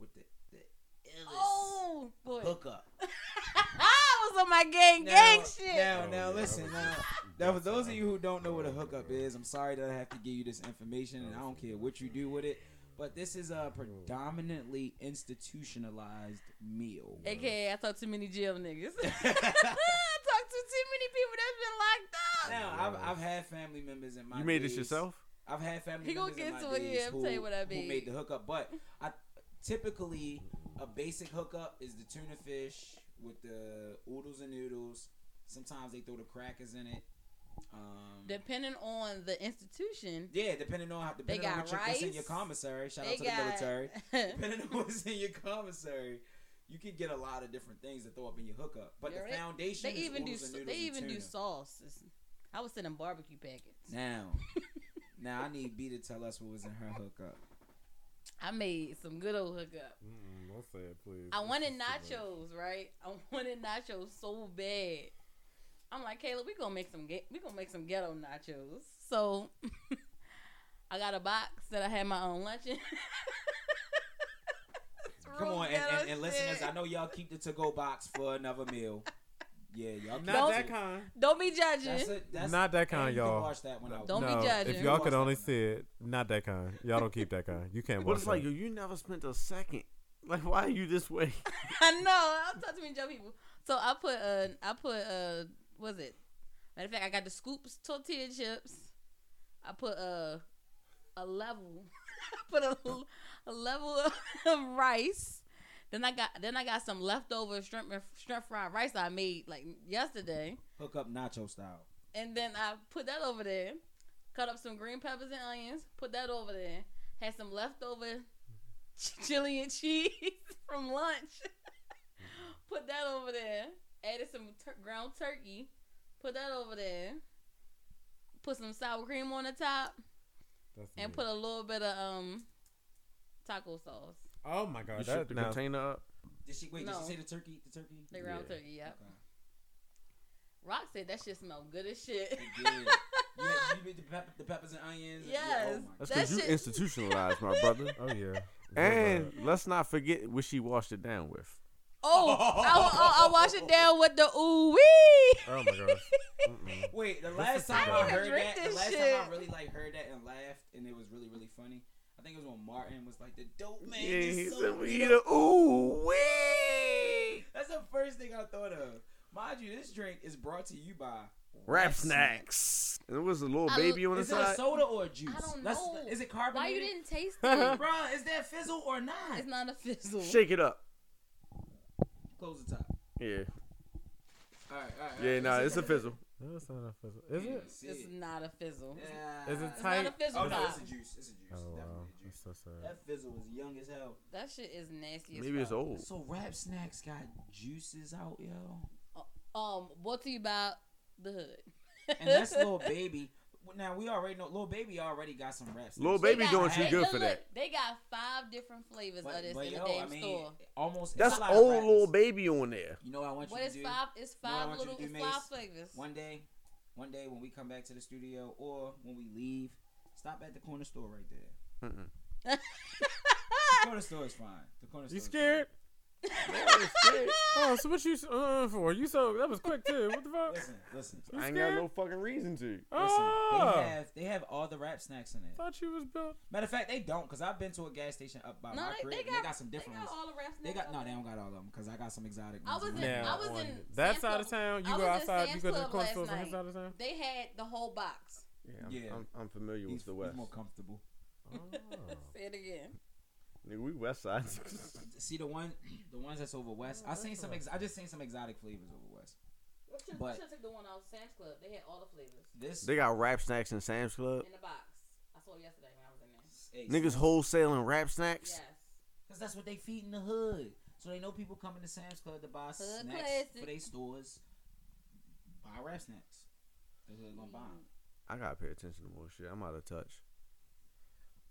Speaker 2: with the the illest
Speaker 4: Oh boy,
Speaker 2: hookup.
Speaker 4: I was on my gang gang shit.
Speaker 2: Now,
Speaker 6: Oh,
Speaker 2: now,
Speaker 6: yeah,
Speaker 2: listen.
Speaker 6: that was-
Speaker 2: Now, now, for those of you who don't know what a hookup is, I'm sorry that I have to give you this information, and I don't care what you do with it. But this is a predominantly institutionalized meal.
Speaker 4: AKA, I talked to many jail niggas. I talked to too many people that's been locked up.
Speaker 2: Now, I've, I've had family members in my.
Speaker 3: You made this
Speaker 2: days-
Speaker 3: yourself?
Speaker 2: I've had family
Speaker 4: He gonna
Speaker 2: members in
Speaker 4: get
Speaker 2: my
Speaker 4: to it,
Speaker 2: days
Speaker 4: yeah,
Speaker 2: who,
Speaker 4: tell you what I
Speaker 2: who
Speaker 4: mean.
Speaker 2: made the hookup, but I typically a basic hookup is the tuna fish with the oodles and noodles. Sometimes they throw the crackers in it. Um,
Speaker 4: Depending on the institution,
Speaker 2: Yeah, depending on how depending on
Speaker 4: got
Speaker 2: what you, what's in
Speaker 4: rice.
Speaker 2: your commissary. Shout
Speaker 4: they
Speaker 2: out to the military.
Speaker 4: got.
Speaker 2: depending on what's in your commissary, you can get a lot of different things to throw up in your hookup. But
Speaker 4: Yeah,
Speaker 2: the foundation
Speaker 4: They
Speaker 2: is
Speaker 4: even do
Speaker 2: oodles
Speaker 4: sa-
Speaker 2: and noodles
Speaker 4: they
Speaker 2: and
Speaker 4: even do
Speaker 2: tuna.
Speaker 4: sauce. It's- I was sending barbecue packets.
Speaker 2: Now, Now I need B to tell us what was in her hookup.
Speaker 4: I made some good old hookup.
Speaker 6: Mm-mm, Mm, don't say it, please.
Speaker 4: I
Speaker 6: This
Speaker 4: wanted
Speaker 6: is too much.
Speaker 4: nachos, right? I wanted nachos so bad. I'm like, Caleb, we gonna make some ge- we gonna make some ghetto nachos. So I got a box that I had my own lunch in.
Speaker 2: Come on, and, and, and listeners, I know y'all keep the to go box for another meal. Yeah, y'all. keep
Speaker 6: Not
Speaker 4: Don't-
Speaker 2: it.
Speaker 6: that kind.
Speaker 4: Don't be judging.
Speaker 2: That's a, that's,
Speaker 6: Not that kind,
Speaker 2: and you can
Speaker 6: y'all.
Speaker 2: Wash that one out.
Speaker 4: Don't be
Speaker 6: no,
Speaker 4: judging.
Speaker 6: If y'all could only see it, not that kind. Y'all don't keep that kind. You can't
Speaker 3: But
Speaker 6: watch
Speaker 3: it's like
Speaker 6: that.
Speaker 3: yo, you never spent a second. Like, why are you this way?
Speaker 4: I know. I'm talking to many Joe people. So I put uh I put uh what was it? Matter of fact, I got the scoops tortilla chips. I put uh a level. I put a, a level of rice. Then I got then I got some leftover shrimp shrimp fried rice I made like yesterday.
Speaker 2: Hook up nacho style.
Speaker 4: And then I put that over there. Cut up some green peppers and onions. Put that over there. Had some leftover ch- chili and cheese from lunch. put that over there. Added some tur- ground turkey. Put that over there. Put some sour cream on the top
Speaker 6: That's
Speaker 4: and
Speaker 6: me.
Speaker 4: put a little bit of um taco sauce.
Speaker 6: oh my god,
Speaker 3: You
Speaker 6: that,
Speaker 3: shook the
Speaker 6: now-
Speaker 3: container up.
Speaker 2: Did she wait? Did
Speaker 4: No.
Speaker 2: she say the turkey? The turkey?
Speaker 4: The ground
Speaker 3: Yeah.
Speaker 4: turkey, yep.
Speaker 2: Okay.
Speaker 4: Rock said that shit smelled good as shit.
Speaker 2: It did. you had, you made the, pep- the peppers and onions.
Speaker 4: Yes.
Speaker 2: Yeah, oh my
Speaker 3: That's
Speaker 4: That
Speaker 3: because you
Speaker 4: shit-
Speaker 3: institutionalized, my brother.
Speaker 6: oh yeah,
Speaker 3: And let's not forget what she washed it down with.
Speaker 4: Oh, I, oh, I wash it down with the ooh wee.
Speaker 6: oh my gosh, Mm-mm.
Speaker 2: God. Wait, the last
Speaker 6: I
Speaker 2: time I,
Speaker 6: didn't
Speaker 2: heard
Speaker 4: drink
Speaker 2: that, the
Speaker 4: this
Speaker 2: last
Speaker 4: shit.
Speaker 2: time I really like heard that and laughed, and it was really really funny. I think it was when Martin was like, "The dope man
Speaker 3: yeah, he
Speaker 2: is
Speaker 3: said
Speaker 2: so
Speaker 3: we
Speaker 2: weird."
Speaker 3: eat a ooh wee.
Speaker 2: That's the first thing I thought of. Mind you, this drink is brought to you by
Speaker 3: Rap snacks. And it was a little
Speaker 4: I
Speaker 3: baby on the
Speaker 2: Is it a
Speaker 3: side.
Speaker 2: soda or a juice?
Speaker 4: I don't
Speaker 2: That's-
Speaker 4: know.
Speaker 2: Is it carbonated?
Speaker 4: Why you didn't taste it?
Speaker 2: Bruh, is that fizzle or not?
Speaker 4: It's not a fizzle.
Speaker 3: Shake it up.
Speaker 2: Close the top.
Speaker 3: Yeah,
Speaker 2: Oh, All right, all right. all
Speaker 3: yeah,
Speaker 2: right.
Speaker 3: nah, it's a fizzle.
Speaker 6: no, it's not a fizzle. Is
Speaker 2: Yeah,
Speaker 6: it?
Speaker 2: see
Speaker 4: It's
Speaker 2: it.
Speaker 4: not a fizzle.
Speaker 2: Yeah.
Speaker 6: Is it
Speaker 4: It's
Speaker 6: tight?
Speaker 4: not a fizzle
Speaker 2: Oh no,
Speaker 4: pop.
Speaker 2: it's a juice. It's a juice.
Speaker 6: Oh wow,
Speaker 2: Definitely a
Speaker 6: that's
Speaker 2: juice.
Speaker 6: so sad.
Speaker 2: That fizzle was young as hell.
Speaker 4: That shit is nasty. As
Speaker 3: Maybe it's
Speaker 4: fuck.
Speaker 3: old.
Speaker 2: So rap snacks got juices out, yo.
Speaker 4: Um, what do you about the hood?
Speaker 2: And that's little baby. Now we already know little baby already got some rap snacks.
Speaker 3: Lil
Speaker 4: They
Speaker 3: Baby
Speaker 4: got-
Speaker 3: doing too
Speaker 4: they-
Speaker 3: good
Speaker 4: look,
Speaker 3: for that.
Speaker 4: They got five different flavors of this in the damn store.
Speaker 2: almost
Speaker 3: That's
Speaker 2: it's a lot of
Speaker 3: old
Speaker 2: rappers.
Speaker 3: little baby on there.
Speaker 2: You know what I want you
Speaker 4: What
Speaker 2: to
Speaker 4: is
Speaker 2: do?
Speaker 4: five? It's
Speaker 2: know what I
Speaker 4: five
Speaker 2: want you to
Speaker 4: little
Speaker 2: do,
Speaker 4: it's five
Speaker 2: Mace?
Speaker 4: flavors.
Speaker 2: One day, one day when we come back to the studio or when we leave, stop at the corner store right there.
Speaker 3: Mm-mm.
Speaker 2: The corner store is fine. The corner store.
Speaker 6: You
Speaker 2: is
Speaker 6: scared? Oh, so what you s- uh, for? You so that was quick too. What the
Speaker 2: fine.
Speaker 6: fuck?
Speaker 2: Listen, listen.
Speaker 6: You
Speaker 3: I ain't got
Speaker 6: scared?
Speaker 3: no fucking reason to.
Speaker 2: Listen,
Speaker 3: Ah.
Speaker 6: Oh,
Speaker 2: they have they have all the rap snacks in it.
Speaker 6: thought you was built.
Speaker 2: Matter of fact, they don't, cause I've been to a gas station up by
Speaker 4: No,
Speaker 2: my
Speaker 4: they,
Speaker 2: crib.
Speaker 4: they
Speaker 2: and
Speaker 4: got,
Speaker 2: they got some different
Speaker 4: They got
Speaker 2: ones.
Speaker 4: all the rap
Speaker 2: They got
Speaker 4: snacks.
Speaker 2: no, they don't got all of them, cause I got some exotic
Speaker 4: I
Speaker 2: ones.
Speaker 4: was
Speaker 2: in
Speaker 4: in.
Speaker 2: there.
Speaker 6: Now,
Speaker 4: I was
Speaker 6: on
Speaker 4: in.
Speaker 6: that
Speaker 4: Sam's
Speaker 6: side of
Speaker 4: Club.
Speaker 6: town,
Speaker 4: I
Speaker 6: you
Speaker 4: was
Speaker 6: go
Speaker 4: in
Speaker 6: outside, you
Speaker 4: Sam's
Speaker 6: go to the
Speaker 4: Club
Speaker 6: corner
Speaker 4: last
Speaker 6: stores on this
Speaker 4: night.
Speaker 6: side of town.
Speaker 4: They had the whole box.
Speaker 3: Yeah, I'm,
Speaker 2: Yeah.
Speaker 3: I'm, I'm familiar
Speaker 2: He's,
Speaker 3: with the
Speaker 2: he's
Speaker 3: West.
Speaker 2: more comfortable.
Speaker 6: Oh.
Speaker 4: Say it again.
Speaker 3: Nigga, we West Side.
Speaker 2: See the one, the ones that's over west. I seen some. Ex- I just seen some exotic flavors over west.
Speaker 4: What should,
Speaker 2: But-
Speaker 4: what should take the one out of Sam's Club? They had all the flavors
Speaker 2: This
Speaker 3: they got rap snacks in Sam's Club.
Speaker 4: in the box. I saw it yesterday when I was in there.
Speaker 2: hey,
Speaker 3: Niggas wholesaling rap snacks.
Speaker 4: Yes.
Speaker 2: Cause that's what they feed in the hood. So they know people coming to Sam's Club to buy snacks
Speaker 4: classic.
Speaker 2: for their stores. Buy rap snacks. That's what they gonna buy.
Speaker 4: Mm. Mm-hmm.
Speaker 2: 'em.
Speaker 3: I gotta pay attention to more shit. I'm out of touch.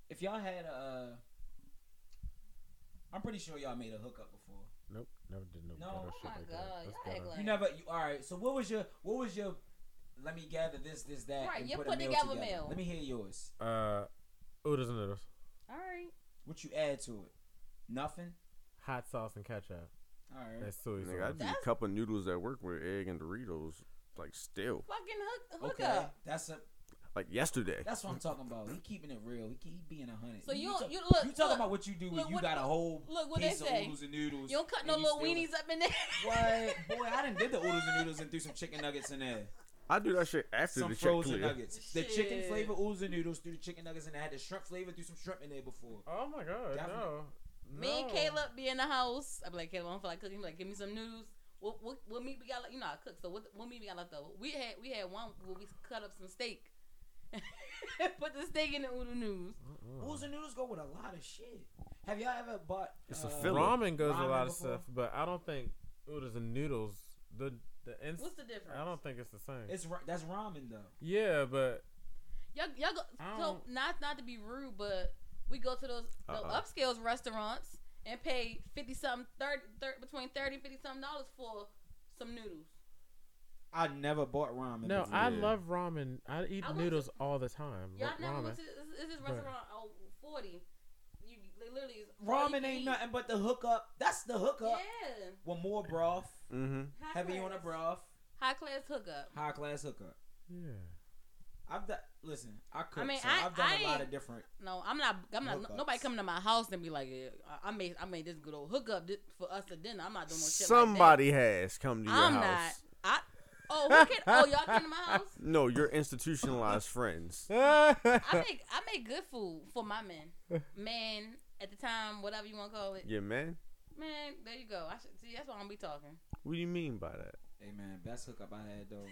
Speaker 2: If y'all had a, uh, I'm pretty sure y'all made a hookup before.
Speaker 6: Nope, never did no,
Speaker 2: No.
Speaker 6: ghetto
Speaker 2: Oh
Speaker 6: shit
Speaker 4: my God,
Speaker 6: like that. That's
Speaker 4: y'all
Speaker 6: ghetto.
Speaker 4: act like-
Speaker 2: You never. You, all right. So what was your? What was your? Let me gather this, this, that.
Speaker 4: Right,
Speaker 2: and
Speaker 4: you
Speaker 2: put,
Speaker 4: put
Speaker 2: a meal
Speaker 4: together a
Speaker 2: together.
Speaker 4: meal.
Speaker 2: Let me hear yours.
Speaker 6: Uh, oodles and noodles,
Speaker 4: All right.
Speaker 2: What you add to it? Nothing.
Speaker 6: hot sauce and ketchup.
Speaker 2: All right.
Speaker 6: That's soy
Speaker 3: Nigga, I
Speaker 6: sauce.
Speaker 3: do a
Speaker 4: That's-
Speaker 3: cup of noodles at work with egg and Doritos, like still,
Speaker 4: Fucking hook, hook
Speaker 2: Okay.
Speaker 4: up.
Speaker 2: That's a.
Speaker 3: like yesterday.
Speaker 2: That's what I'm talking about. He keeping it real. He keep he being a hundred.
Speaker 4: So you-
Speaker 2: talk-
Speaker 4: you- look,
Speaker 2: You talking
Speaker 4: look,
Speaker 2: about what you do when
Speaker 4: look
Speaker 2: you
Speaker 4: what-
Speaker 2: got a whole
Speaker 4: look what they
Speaker 2: piece of
Speaker 4: say.
Speaker 2: oodles and noodles.
Speaker 4: You don't cut
Speaker 2: and
Speaker 4: no
Speaker 2: you
Speaker 4: little
Speaker 2: still-
Speaker 4: weenies up in there.
Speaker 2: What? Boy, I done did the oodles and noodles and threw some chicken nuggets in there.
Speaker 3: I do that shit after
Speaker 2: Some
Speaker 3: the check
Speaker 2: frozen
Speaker 3: clear.
Speaker 2: nuggets. The chicken
Speaker 4: Shit.
Speaker 2: flavor oodles and noodles threw the chicken nuggets in there. I had the shrimp flavor threw some shrimp in there before.
Speaker 6: Oh my god,
Speaker 2: Definitely.
Speaker 6: no.
Speaker 4: Me and Caleb be in the house. I'm like, Caleb, I don't feel like cooking. He be like, give me some noodles. What, what, what meat we got? Left? You know, I cook. So what, what meat we got left over? We had we had one where we cut up some steak. Put the steak in the udon noodles.
Speaker 2: Oodles and noodles go with a lot of shit. Have y'all ever bought?
Speaker 3: It's a
Speaker 2: uh,
Speaker 3: filler.
Speaker 6: Ramen goes with a
Speaker 2: Ramen
Speaker 6: lot of
Speaker 2: before.
Speaker 6: stuff, but I don't think oodles and noodles. The the ins-
Speaker 4: What's the difference?
Speaker 6: I don't think it's the same.
Speaker 2: It's ra- that's ramen though.
Speaker 6: yeah, but
Speaker 4: y'all, y'all go,
Speaker 6: I
Speaker 4: so
Speaker 6: don't-
Speaker 4: not not to be rude, but we go to those the
Speaker 3: Uh-uh.
Speaker 4: upscale restaurants and pay fifty something, 30, thir between thirty and fifty something dollars for some noodles.
Speaker 2: I never bought ramen.
Speaker 6: No,
Speaker 2: before.
Speaker 6: I
Speaker 3: Yeah.
Speaker 6: love ramen. I eat
Speaker 4: I went to-
Speaker 6: noodles all the time.
Speaker 4: Y'all
Speaker 6: Ra-
Speaker 4: never
Speaker 6: ramen.
Speaker 4: went to this, this is
Speaker 6: Right.
Speaker 4: restaurant oh, 40. You they literally is all you
Speaker 2: ramen
Speaker 4: can
Speaker 2: ain't
Speaker 4: eat.
Speaker 2: nothing but the hookup. That's the hookup.
Speaker 4: Yeah,
Speaker 2: With more broth,
Speaker 3: Mm-hmm.
Speaker 4: high
Speaker 2: heavy
Speaker 4: class.
Speaker 2: on the broth,
Speaker 4: High class hookup.
Speaker 2: high class hookup.
Speaker 6: Yeah.
Speaker 2: I've done. Listen, I cook.
Speaker 4: I mean,
Speaker 2: so
Speaker 4: I-
Speaker 2: have done
Speaker 4: I
Speaker 2: a lot
Speaker 4: ain't-
Speaker 2: of different.
Speaker 4: No, I'm not. I'm not.
Speaker 2: Hookups.
Speaker 4: Nobody coming to my house and be like, yeah, I- I made I made this good old hookup di- for us to dinner. I'm not doing no shit.
Speaker 3: Somebody has come to your
Speaker 4: I'm
Speaker 3: house.
Speaker 4: not. I. Oh, who can, oh, y'all came to my house.
Speaker 3: No, your institutionalized friends.
Speaker 4: I make I make good food for my men. Men at the time, whatever you want to call it.
Speaker 3: Yeah, man.
Speaker 4: Man, there you go. I should see. That's why I'm be talking.
Speaker 3: What do you mean by that?
Speaker 2: Hey man, best hookup I had though.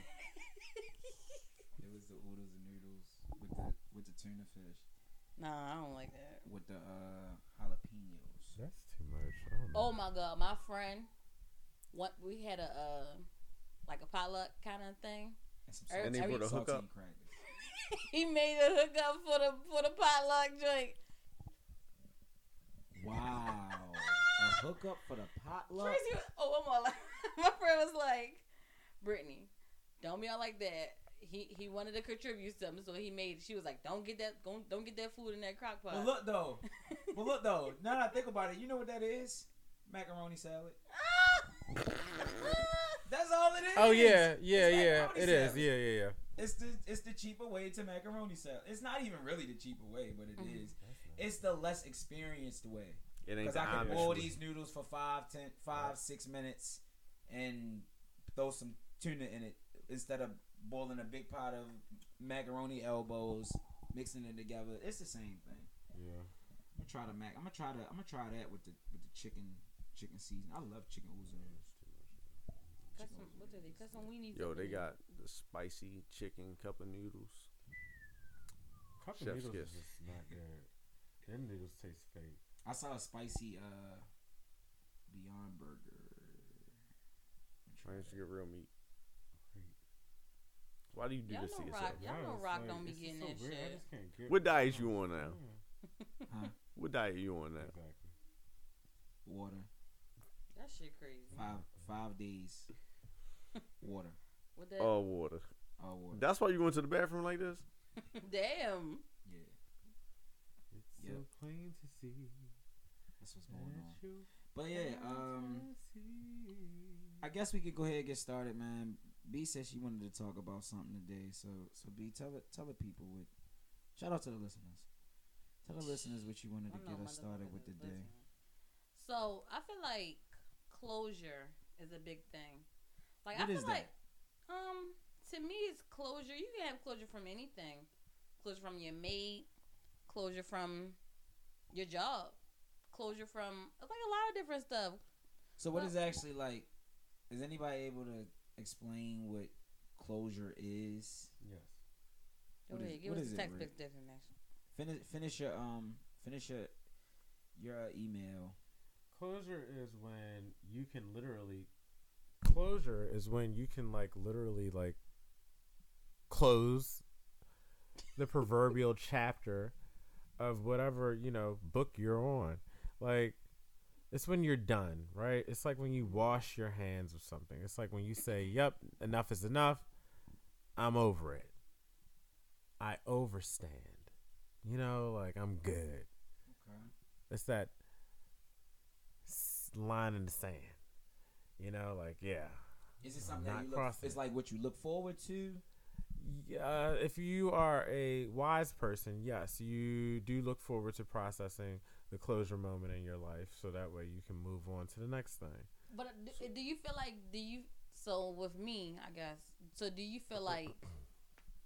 Speaker 2: It was the oodles and noodles with the with the tuna fish
Speaker 4: nah, I don't like that.
Speaker 2: with the uh, jalapenos.
Speaker 6: That's too much. I don't know.
Speaker 4: Oh my god, my friend, what we had a uh, like a potluck kind of thing.
Speaker 2: And some
Speaker 4: And
Speaker 2: saltine-
Speaker 4: they put
Speaker 3: a
Speaker 2: saltine
Speaker 3: hookup?
Speaker 2: crackers.
Speaker 4: he made a hookup for the for the potluck joint.
Speaker 2: Wow, a hookup for the potluck.
Speaker 4: Tracy, was- oh, I'm all like, my friend was like, Brittany, don't be all like that. He he wanted to contribute something, so he made. She was like, don't get that, don't, don't get that food in that crock pot.
Speaker 2: But look though, but look though. Now that I think about it, you know what that is? Macaroni salad. That's all it is.
Speaker 6: Oh yeah, yeah,
Speaker 2: It's
Speaker 6: yeah.
Speaker 2: macaroni
Speaker 6: It is.
Speaker 2: salad.
Speaker 6: Yeah, yeah, yeah.
Speaker 2: It's the it's the cheaper way to macaroni salad. It's not even really the cheaper way, but it
Speaker 4: Mhm.
Speaker 2: is. It's the less experienced way.
Speaker 3: It ain't
Speaker 2: Because
Speaker 3: the
Speaker 2: I can
Speaker 3: Amish
Speaker 2: boil
Speaker 3: one.
Speaker 2: these noodles for five, ten, five, six minutes, and throw some tuna in it instead of boiling a big pot of macaroni elbows, mixing it together. It's the same thing.
Speaker 6: Yeah.
Speaker 2: I'm gonna try the mac. I'm gonna try the. I'm gonna try that with the with the chicken chicken season. I love chicken ooze noodles.
Speaker 4: Cut some, what did they cut some weenies?
Speaker 3: Yo,
Speaker 4: up
Speaker 3: they
Speaker 4: in
Speaker 3: got the spicy chicken cup of noodles.
Speaker 6: Cup
Speaker 3: Chef's noodles is kiss.
Speaker 6: just not good. Them noodles taste fake.
Speaker 2: I saw a spicy uh Beyond Burger. I'm
Speaker 3: I
Speaker 2: trying
Speaker 3: used to
Speaker 2: to-
Speaker 3: get real meat. Why do you do
Speaker 4: Y'all
Speaker 3: this
Speaker 4: know
Speaker 3: to yourself?
Speaker 4: Rock- Y'all know Rock don't be getting that shit.
Speaker 6: can't get
Speaker 3: What diet you on now?
Speaker 2: Huh?
Speaker 3: What diet you on now?
Speaker 6: Exactly.
Speaker 2: Water.
Speaker 4: it. That shit crazy.
Speaker 2: Five five days. Water.
Speaker 4: What that?
Speaker 3: All water.
Speaker 2: All water.
Speaker 3: That's why you went to the bathroom like this?
Speaker 4: Damn.
Speaker 2: Yeah.
Speaker 6: It's
Speaker 2: Yep.
Speaker 6: so plain to see.
Speaker 2: That's what's
Speaker 6: that
Speaker 2: going on.
Speaker 6: you
Speaker 2: But yeah,
Speaker 6: want
Speaker 2: um
Speaker 6: to see.
Speaker 2: I guess we could go ahead and get started, man. B said she wanted to talk about something today, so so B tell it tell the people what shout out to the listeners. Tell the listeners what you wanted to
Speaker 4: I know
Speaker 2: get us started
Speaker 4: motherfuckers
Speaker 2: with
Speaker 4: is
Speaker 2: today.
Speaker 4: listening. So I feel like closure is a big thing. Like
Speaker 2: What
Speaker 4: I
Speaker 2: is
Speaker 4: feel
Speaker 2: that?
Speaker 4: like um to me it's closure. You can have closure from anything. Closure from your mate, closure from your job, closure from like a lot of different stuff.
Speaker 2: So what
Speaker 4: Well-
Speaker 2: is actually like is anybody able to explain what closure is?
Speaker 6: Yes.
Speaker 4: Go
Speaker 2: What is-
Speaker 4: ahead, give
Speaker 2: what
Speaker 4: us
Speaker 2: is
Speaker 4: the
Speaker 2: it,
Speaker 4: text
Speaker 2: Rick?
Speaker 4: definition.
Speaker 2: Finish finish your um finish your your uh, email.
Speaker 6: Closure is when you can literally. Closure is when you can like literally like close the proverbial chapter of whatever you know book you're on. Like it's when you're done, right? It's like when you wash your hands of something. It's like when you say, "Yep, enough is enough. I'm over it. I overstand." You know, like I'm good.
Speaker 2: Okay.
Speaker 6: it's that s- line in the sand. You know, like yeah,
Speaker 2: Is it
Speaker 6: I'm
Speaker 2: something that
Speaker 6: not
Speaker 2: you look
Speaker 6: crossing
Speaker 2: it's
Speaker 6: it.
Speaker 2: like what you look forward to?
Speaker 6: yeah. uh, If you are a wise person, yes, you do look forward to processing the closure moment in your life, so that way you can move on to the next thing.
Speaker 4: But uh, do, do you feel like do you so with me, I guess. So do you feel like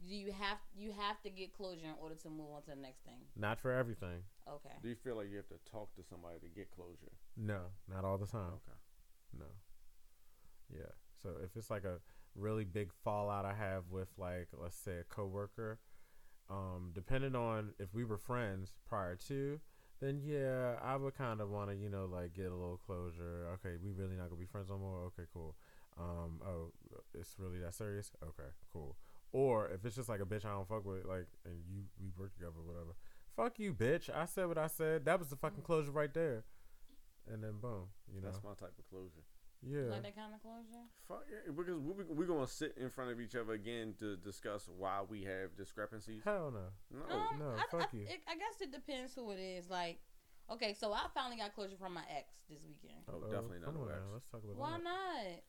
Speaker 4: do you have you have to get closure in order to move on to the next thing?
Speaker 6: Not for everything.
Speaker 4: Okay.
Speaker 3: Do you feel like you have to talk to somebody to get closure?
Speaker 6: No, not all the time.
Speaker 3: Okay.
Speaker 6: No. Yeah. So if it's like a really big fallout I have with like let's say a coworker, um, depending on if we were friends prior to, then yeah, I would kind of want to you know like get a little closure. Okay, we really not gonna be friends no more. Okay, cool. Um, oh, it's really that serious. Okay, cool. Or if it's just like a bitch I don't fuck with, like, and you we work together, or whatever. Fuck you, bitch. I said what I said. That was the fucking closure right there. And then boom, you know.
Speaker 3: That's my type of closure.
Speaker 6: yeah.
Speaker 4: Like that kind of closure.
Speaker 3: Fuck yeah, because we're, we're gonna sit in front of each other again to discuss why we have discrepancies.
Speaker 6: Hell no.
Speaker 3: No,
Speaker 4: Um,
Speaker 6: Oh, no,
Speaker 4: I,
Speaker 6: fuck
Speaker 4: I,
Speaker 6: you.
Speaker 4: It, I guess it depends who it is. Like, okay, so I finally got closure from my ex this weekend.
Speaker 3: Oh, definitely not
Speaker 6: Come
Speaker 3: no
Speaker 6: on now,
Speaker 3: ex.
Speaker 6: Let's talk about
Speaker 4: Why
Speaker 6: that.
Speaker 4: not?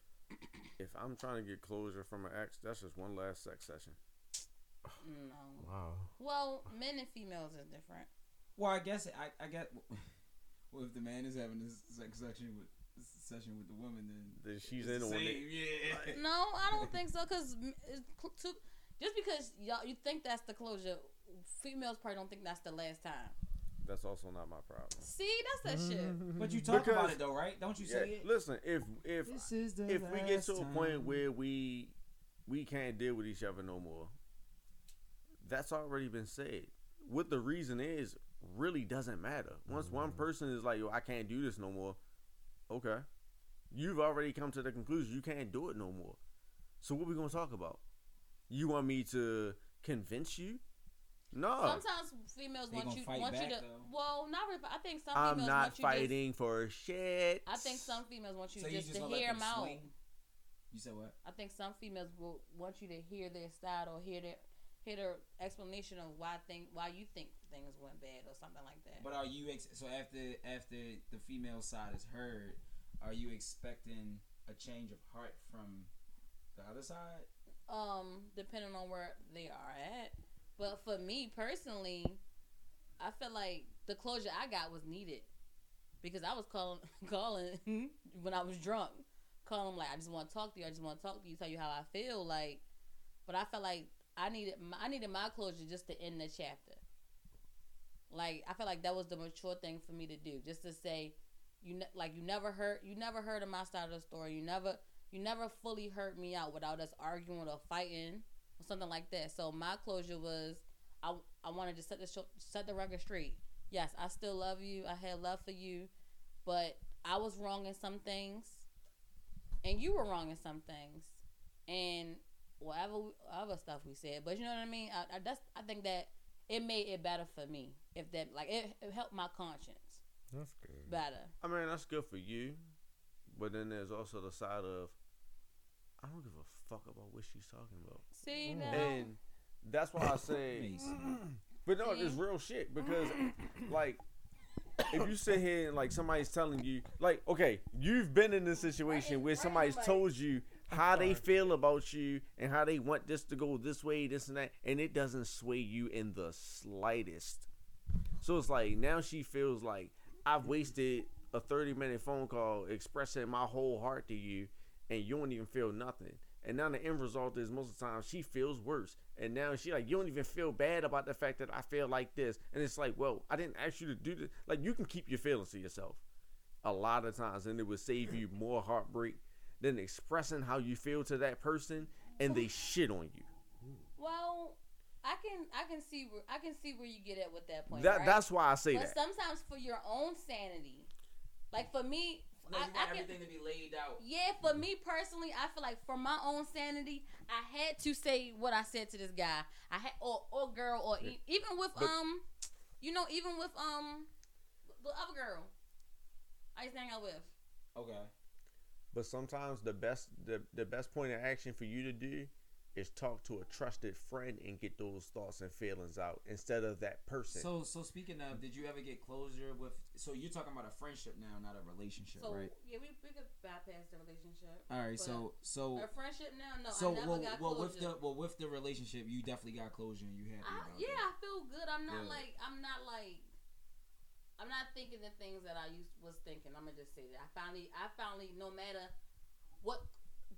Speaker 3: if I'm trying to get closure from an ex, that's just one last sex session.
Speaker 4: No.
Speaker 6: Wow.
Speaker 4: Well, men and females is different.
Speaker 2: Well, I guess I I get. Well, if the man is having this sex session with session with the woman, then
Speaker 3: Then she's
Speaker 2: it's
Speaker 3: in
Speaker 2: the
Speaker 3: on it.
Speaker 2: same, Yeah.
Speaker 4: No, I don't think so. Cause m- it's cl- too- just because y'all you think that's the closure, females probably don't think that's the last time.
Speaker 3: That's also not my problem.
Speaker 4: See, that's that
Speaker 3: Mm-hmm.
Speaker 4: shit.
Speaker 2: But you talk about
Speaker 3: Because-
Speaker 2: it though, right? Don't you say it?
Speaker 3: Listen, if if
Speaker 2: is the
Speaker 3: if we get
Speaker 2: last
Speaker 3: to a
Speaker 2: time.
Speaker 3: point where we we can't deal with each other no more, that's already been said. What the reason is really doesn't matter. Once one
Speaker 2: Mm.
Speaker 3: person is like, "Yo, I can't do this no more," okay, you've already come to the conclusion you can't do it no more. So what we gonna talk about? You want me to convince you? No,
Speaker 4: Sometimes females
Speaker 2: Oh. They
Speaker 4: want
Speaker 2: gonna
Speaker 4: you
Speaker 2: fight
Speaker 4: want you
Speaker 2: back,
Speaker 4: to.
Speaker 2: though.
Speaker 4: Well, not really. but I think some
Speaker 3: I'm
Speaker 4: females
Speaker 3: not
Speaker 4: want you just.
Speaker 3: fighting for shit.
Speaker 4: I think some females want you
Speaker 2: So you
Speaker 4: just,
Speaker 2: just
Speaker 4: to
Speaker 2: gonna let
Speaker 4: hear
Speaker 2: them
Speaker 4: them out.
Speaker 2: swing? You said what?
Speaker 4: I think some females will want you to hear their side or hear their hear their explanation of why thing why you think things went bad or something like that.
Speaker 2: But are you ex- so after after the female side is heard, are you expecting a change of heart from the other side?
Speaker 4: um, depending on where they are at. But for me personally, I felt like the closure I got was needed because I was calling calling when I was drunk, calling them like I just want to talk to you. I just want to talk to you, tell you how I feel. Like, but I felt like I needed my, I needed my closure just to end the chapter. Like I felt like that was the mature thing for me to do, just to say, you ne- like you never heard you never heard of my side of the story. You never you never fully heard me out without us arguing or fighting or something like that. So my closure was I, I wanted to set the show, set the record straight. Yes, I still love you. I had love for you, but I was wrong in some things, and you were wrong in some things, and whatever other stuff we said. But you know what I mean. I, I that's I think that it made it better for me. If that like it, it helped my conscience
Speaker 6: That's good.
Speaker 4: better.
Speaker 3: I mean, that's good for you, but then there's also the side of I don't give a fuck about what she's talking about,
Speaker 4: See now.
Speaker 3: and that's why I say. but no, it's real shit because, like, if you sit here and like somebody's telling you, like, okay, you've been in this situation where somebody's told you how they feel about you and how they want this to go this way, this and that, and it doesn't sway you in the slightest. So it's like now she feels like I've wasted a 30 minute phone call expressing my whole heart to you and you don't even feel nothing. And now the end result is most of the time she feels worse. And now she like you don't even feel bad about the fact that I feel like this. And it's like, well, I didn't ask you to do this. Like you can keep your feelings to yourself a lot of times and it would save you more heartbreak than expressing how you feel to that person and they shit on you.
Speaker 4: Well, I can I can see where I can see where you get at with that point.
Speaker 3: That
Speaker 4: right?
Speaker 3: that's why I say
Speaker 4: but
Speaker 3: that.
Speaker 4: sometimes for your own sanity, like for me,
Speaker 2: No,
Speaker 4: I,
Speaker 2: you want
Speaker 4: I can.
Speaker 2: everything to be laid out.
Speaker 4: Yeah, for me personally, I feel like for my own sanity, I had to say what I said to this guy. I had or or girl or e- even with
Speaker 3: But-
Speaker 4: um, you know, even with um, the other girl I used to hang out with.
Speaker 2: Okay.
Speaker 3: But sometimes the best the, the best point of action for you to do is talk to a trusted friend and get those thoughts and feelings out instead of that person.
Speaker 2: So so speaking of, did you ever get closure with? So you're talking about a friendship now, not a relationship,
Speaker 4: So
Speaker 2: right?
Speaker 4: yeah, we, we could bypass the relationship.
Speaker 2: All right.
Speaker 4: but
Speaker 2: So so
Speaker 4: a friendship now,
Speaker 2: Uh,
Speaker 4: no,
Speaker 2: so
Speaker 4: I never
Speaker 2: well,
Speaker 4: got
Speaker 2: well
Speaker 4: closure. Uh,
Speaker 2: with the well with the relationship, you definitely got closure and you happy
Speaker 4: I,
Speaker 2: about
Speaker 4: yeah,
Speaker 2: that.
Speaker 4: I feel good. I'm not
Speaker 2: Good.
Speaker 4: like I'm not like I'm not thinking the things that I used was thinking. I'm gonna just say that I finally I finally no matter what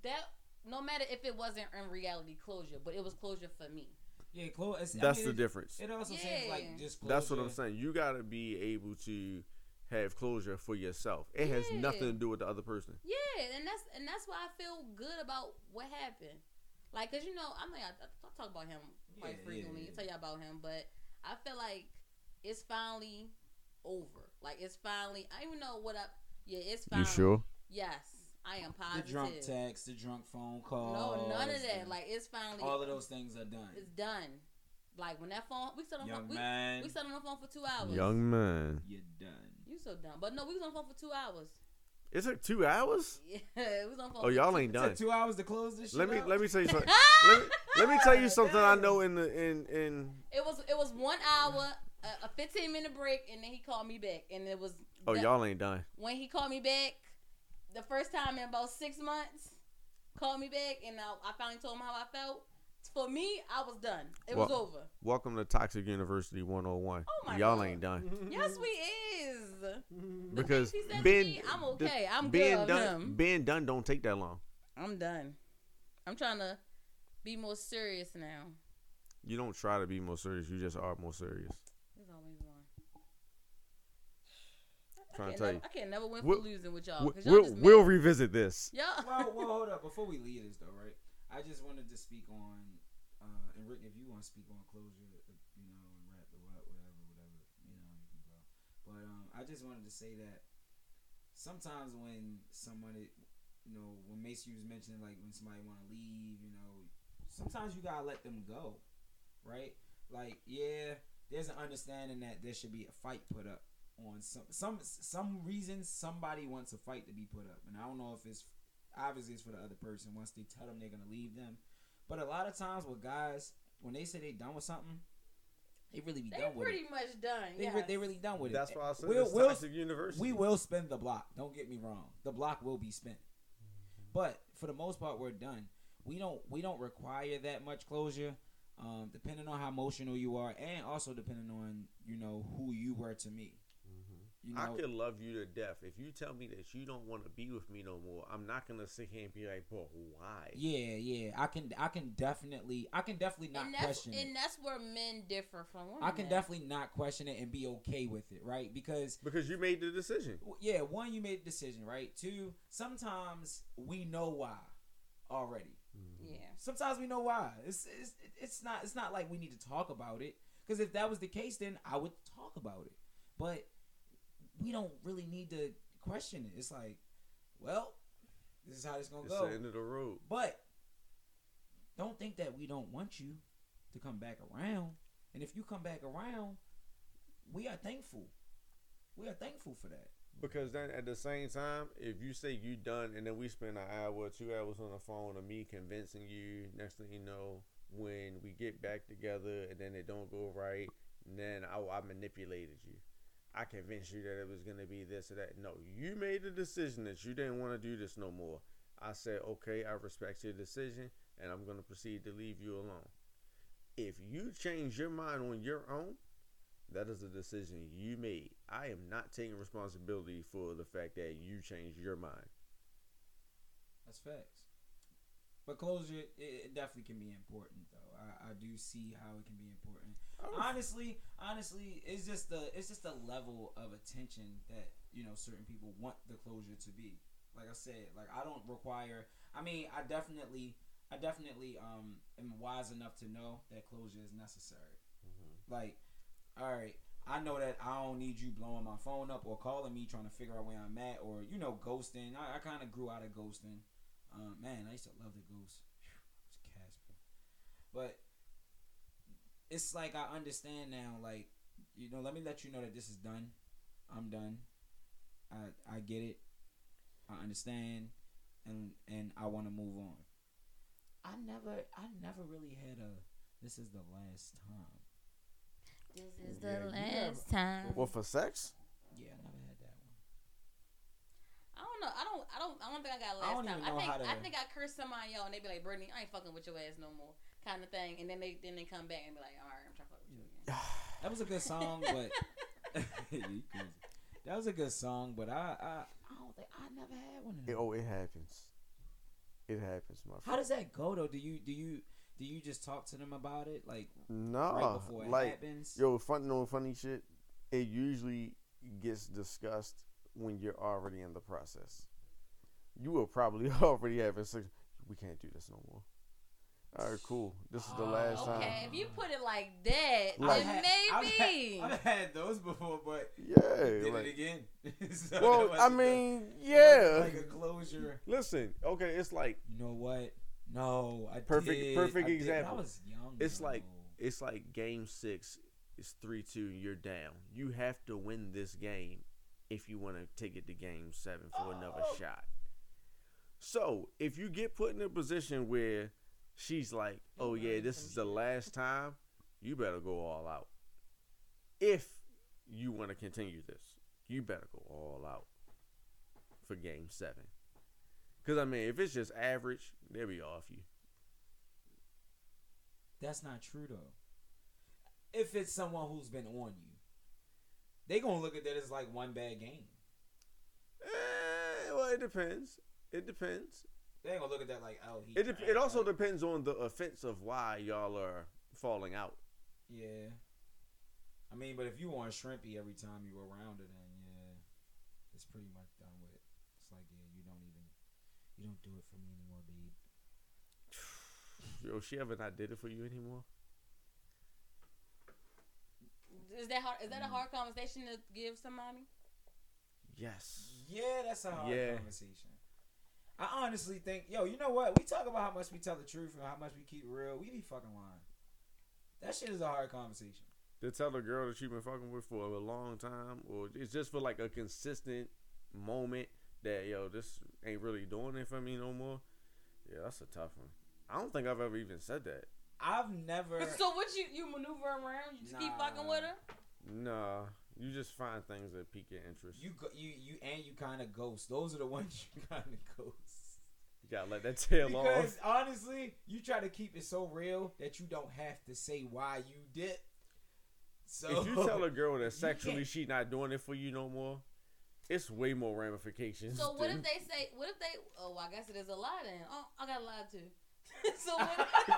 Speaker 4: that no matter if it wasn't in reality closure, but it was closure for me.
Speaker 2: Yeah, closure.
Speaker 3: That's the difference.
Speaker 2: It also seems
Speaker 4: Yeah.
Speaker 2: like just closure.
Speaker 3: That's what I'm saying. You gotta be able to have closure for yourself. It has
Speaker 4: Yeah.
Speaker 3: nothing to do with the other person.
Speaker 4: Yeah, and that's and that's why I feel good about what happened. Like, cause you know, I mean, I, I talk about him quite
Speaker 2: Yeah,
Speaker 4: frequently.
Speaker 2: yeah, yeah.
Speaker 4: Tell you about him, but I feel like it's finally over. Like it's finally. I don't even know what up. Yeah, it's finally. Yes. I am
Speaker 2: The
Speaker 4: positive.
Speaker 2: drunk text, the drunk phone
Speaker 4: no,
Speaker 2: call.
Speaker 4: none of that. Like it's finally
Speaker 2: all of those things are done.
Speaker 4: It's done. Like when that phone, we sat on the
Speaker 2: Young
Speaker 4: phone, we,
Speaker 2: man,
Speaker 4: we sat on the phone for two hours.
Speaker 3: Young man.
Speaker 2: you're done.
Speaker 4: You so dumb. But no, we was on the phone for two hours.
Speaker 3: Is it two hours?
Speaker 4: Yeah, we was on the phone.
Speaker 3: Oh, y'all ain't
Speaker 2: It
Speaker 3: done.
Speaker 2: took two hours to close this. Shit
Speaker 3: Let me
Speaker 2: out?
Speaker 3: let me tell you something. let, me, let me tell you something I know in the in in.
Speaker 4: It was it was one hour, a, a fifteen minute break, and then he called me back, and it was.
Speaker 3: Oh,
Speaker 4: that-
Speaker 3: y'all ain't done.
Speaker 4: When he called me back, the first time in about six months, called me back, and I, I finally told him how I felt. For me, I was done. It was
Speaker 3: Well-
Speaker 4: over.
Speaker 3: Welcome to Toxic University 101.
Speaker 4: Oh my
Speaker 3: y'all
Speaker 4: God.
Speaker 3: ain't done
Speaker 4: Yes, we is.
Speaker 3: because
Speaker 4: he said to
Speaker 3: being
Speaker 4: me, I'm
Speaker 3: the-
Speaker 4: okay. I'm
Speaker 3: being
Speaker 4: good of
Speaker 3: done
Speaker 4: him.
Speaker 3: being done don't take that long.
Speaker 4: I'm done. I'm trying to be more serious now.
Speaker 3: You don't try to be more serious. You just are more serious.
Speaker 4: There's always one.
Speaker 3: trying
Speaker 4: I
Speaker 3: to
Speaker 4: can't,
Speaker 3: tell
Speaker 4: never,
Speaker 3: you.
Speaker 4: I can't never win for
Speaker 3: We'll-
Speaker 4: losing with y'all.
Speaker 3: We'll,
Speaker 4: 'cause y'all
Speaker 3: we'll,
Speaker 4: just mad.
Speaker 3: we'll revisit this.
Speaker 4: y'all.
Speaker 2: well, well, hold up. Before we leave this, though, right? I just wanted to speak on, uh, and Rick, if you want to speak on closure, uh, you know, and wrap the what, whatever, whatever, you know, you can go. But um, I just wanted to say that sometimes when somebody, you know, when Macy was mentioning, like when somebody want to leave, you know, sometimes you gotta let them go, right? Like, yeah, there's an understanding that there should be a fight put up on some some some reason somebody wants a fight to be put up, and I don't know if it's obviously it's for the other person once they tell them they're gonna leave them. But a lot of times with guys, when they say they done with something, they really be
Speaker 4: They're
Speaker 2: done with it.
Speaker 4: pretty much done.
Speaker 2: They,
Speaker 4: Yeah.
Speaker 2: re- they really done with it. We'll-
Speaker 3: it's
Speaker 2: we'll-
Speaker 3: University.
Speaker 2: we will spend the block. Don't get me wrong. The block will be spent. But for the most part, we're done. We don't we don't require that much closure. Um, depending on how emotional you are, and also depending on you know who you were to me. You know,
Speaker 3: I could love you to death. If you tell me that you don't want to be with me no more, I'm not gonna sit here and be like, "But why?"
Speaker 2: yeah, yeah. I can I can definitely I can definitely not
Speaker 4: and that's
Speaker 2: question it.
Speaker 4: and that's where men differ from women.
Speaker 2: I can
Speaker 4: at.
Speaker 2: definitely not question it and be okay with it, right? Because
Speaker 3: Because you made the decision.
Speaker 2: w- yeah, one, you made a decision, right? Two, sometimes we know why already.
Speaker 4: Yeah.
Speaker 2: Sometimes we know why. It's it's it's not it's not like we need to talk about it because if that was the case, then I would talk about it. But we don't really need to question it. It's like, well, this is how this gonna
Speaker 3: It's
Speaker 2: go.
Speaker 3: the end of the road.
Speaker 2: But don't think that we don't want you to come back around. And if you come back around, we are thankful. We are thankful for that.
Speaker 3: Because then at the same time, if you say you done and then we spend an hour or two hours on the phone of me convincing you, next thing you know, when we get back together and then it don't go right, then I, I manipulated you. I convinced you that it was going to be this or that. No, you made the decision that you didn't want to do this no more. I said, okay, I respect your decision and I'm going to proceed to leave you alone. If you change your mind on your own, that is a decision you made. I am not taking responsibility for the fact that you changed your mind.
Speaker 2: That's facts. But closure, it, it definitely can be important, though. I, I do see how it can be important. Honestly, honestly, it's just the it's just the level of attention that you know certain people want the closure to be. Like I said, like I don't require. I mean, I definitely, I definitely um am wise enough to know that closure is necessary.
Speaker 3: Mm-hmm.
Speaker 2: Like, all right, I know that I don't need you blowing my phone up or calling me trying to figure out where I'm at or you know ghosting. I, I kind of grew out of ghosting. Um, man, I used to love the ghost. Phew, It's Casper, but it's like I understand now. Like you know, let me let you know that this is done. I'm done. I I get it. I understand, and and I want to move on. I never I never really had a. This is the last time.
Speaker 4: This is the
Speaker 3: Yeah, you
Speaker 4: last time.
Speaker 3: for sex?
Speaker 2: Yeah, I never had that one.
Speaker 4: I don't know. I don't. I don't. I don't think I got
Speaker 2: I
Speaker 4: last
Speaker 2: don't
Speaker 4: time.
Speaker 2: even know
Speaker 4: I think.
Speaker 2: how to-
Speaker 4: I think I cursed somebody y'all, and they be like, "Brittany, I ain't fucking with your ass no more," kind of thing. And then they then they come back and be like, "All right, I'm trying to fuck with you again."
Speaker 2: That was a good song, but You crazy. that was a good song, but I, I I don't think I never had one. Of them.
Speaker 3: oh, it happens. It happens, my
Speaker 2: How does that go though? Do you do you do you just talk to them about it like
Speaker 3: No,
Speaker 2: right before it
Speaker 3: Uh, like
Speaker 2: happens?
Speaker 3: yo, fun no funny shit. It usually gets discussed when you're already in the process. You were probably already having sex. We can't do this no more. All right, cool. This is the
Speaker 2: Oh,
Speaker 3: last time.
Speaker 4: Okay, if you put it like that,
Speaker 3: Like-
Speaker 4: then
Speaker 2: I've had-
Speaker 4: maybe.
Speaker 2: I've had, I've had those before, but
Speaker 3: Yeah.
Speaker 2: did
Speaker 3: like-
Speaker 2: it again. So it
Speaker 3: well,
Speaker 2: wasn't
Speaker 3: I
Speaker 2: the-
Speaker 3: mean,
Speaker 2: it
Speaker 3: yeah.
Speaker 2: wasn't like a closure.
Speaker 3: Listen, okay, it's like
Speaker 2: You know what? No, I
Speaker 3: Perfect-
Speaker 2: did,
Speaker 3: perfect
Speaker 2: I did, but
Speaker 3: example.
Speaker 2: I was young.
Speaker 3: It's
Speaker 2: though.
Speaker 3: like- it's like game six is three two. You're down. You have to win this game if you want to take it to game seven for another shot. So if you get put in a position where she's like, "Oh yeah, this is the last time," you better go all out. If you want to continue this, you better go all out for game seven. Because I mean, if it's just average, they'll be off you.
Speaker 2: That's not true though. If it's someone who's been on you, they gonna look at that as like one bad game.
Speaker 3: Eh, well, it depends. It depends.
Speaker 2: They ain't gonna look at that like oh he.
Speaker 3: It, dep
Speaker 2: tried,
Speaker 3: it also
Speaker 2: like,
Speaker 3: depends on the offense of why y'all are falling out.
Speaker 2: yeah. I mean, but if you want shrimpy every time you around it, then yeah, it's pretty much done with. It's like yeah, you don't even you don't do it for me anymore, babe.
Speaker 3: Yo, she ever not did it for you anymore?
Speaker 4: Is that hard? Is that a hard conversation to give somebody?
Speaker 3: Yes.
Speaker 2: Yeah, that's a hard
Speaker 3: Yeah.
Speaker 2: conversation. I honestly think, yo, you know what? We talk about how much we tell the truth and how much we keep real. We be fucking lying. That shit is a hard conversation.
Speaker 3: To tell a girl that you've been fucking with for a long time, or it's just for like a consistent moment that yo, this ain't really doing it for me no more. Yeah, that's a tough one. I don't think I've ever even said that.
Speaker 2: I've never.
Speaker 4: So what you you maneuver around? You just keep
Speaker 2: Nah.
Speaker 4: fucking with her?
Speaker 3: Nah, you just find things that pique your interest. You,
Speaker 2: You go, you you and you kind of ghost. Those are the ones you kind of ghost.
Speaker 3: gotta let that tail off.
Speaker 2: Because honestly, you try to keep it so real that you don't have to say why you did. So
Speaker 3: if you tell a girl that sexually
Speaker 2: can't-
Speaker 3: she not doing it for you no more, it's way more ramifications.
Speaker 4: So what
Speaker 3: than-
Speaker 4: if they say? What if they? Oh, I guess it is a lie then. Oh, I got a lie too. so what? so, so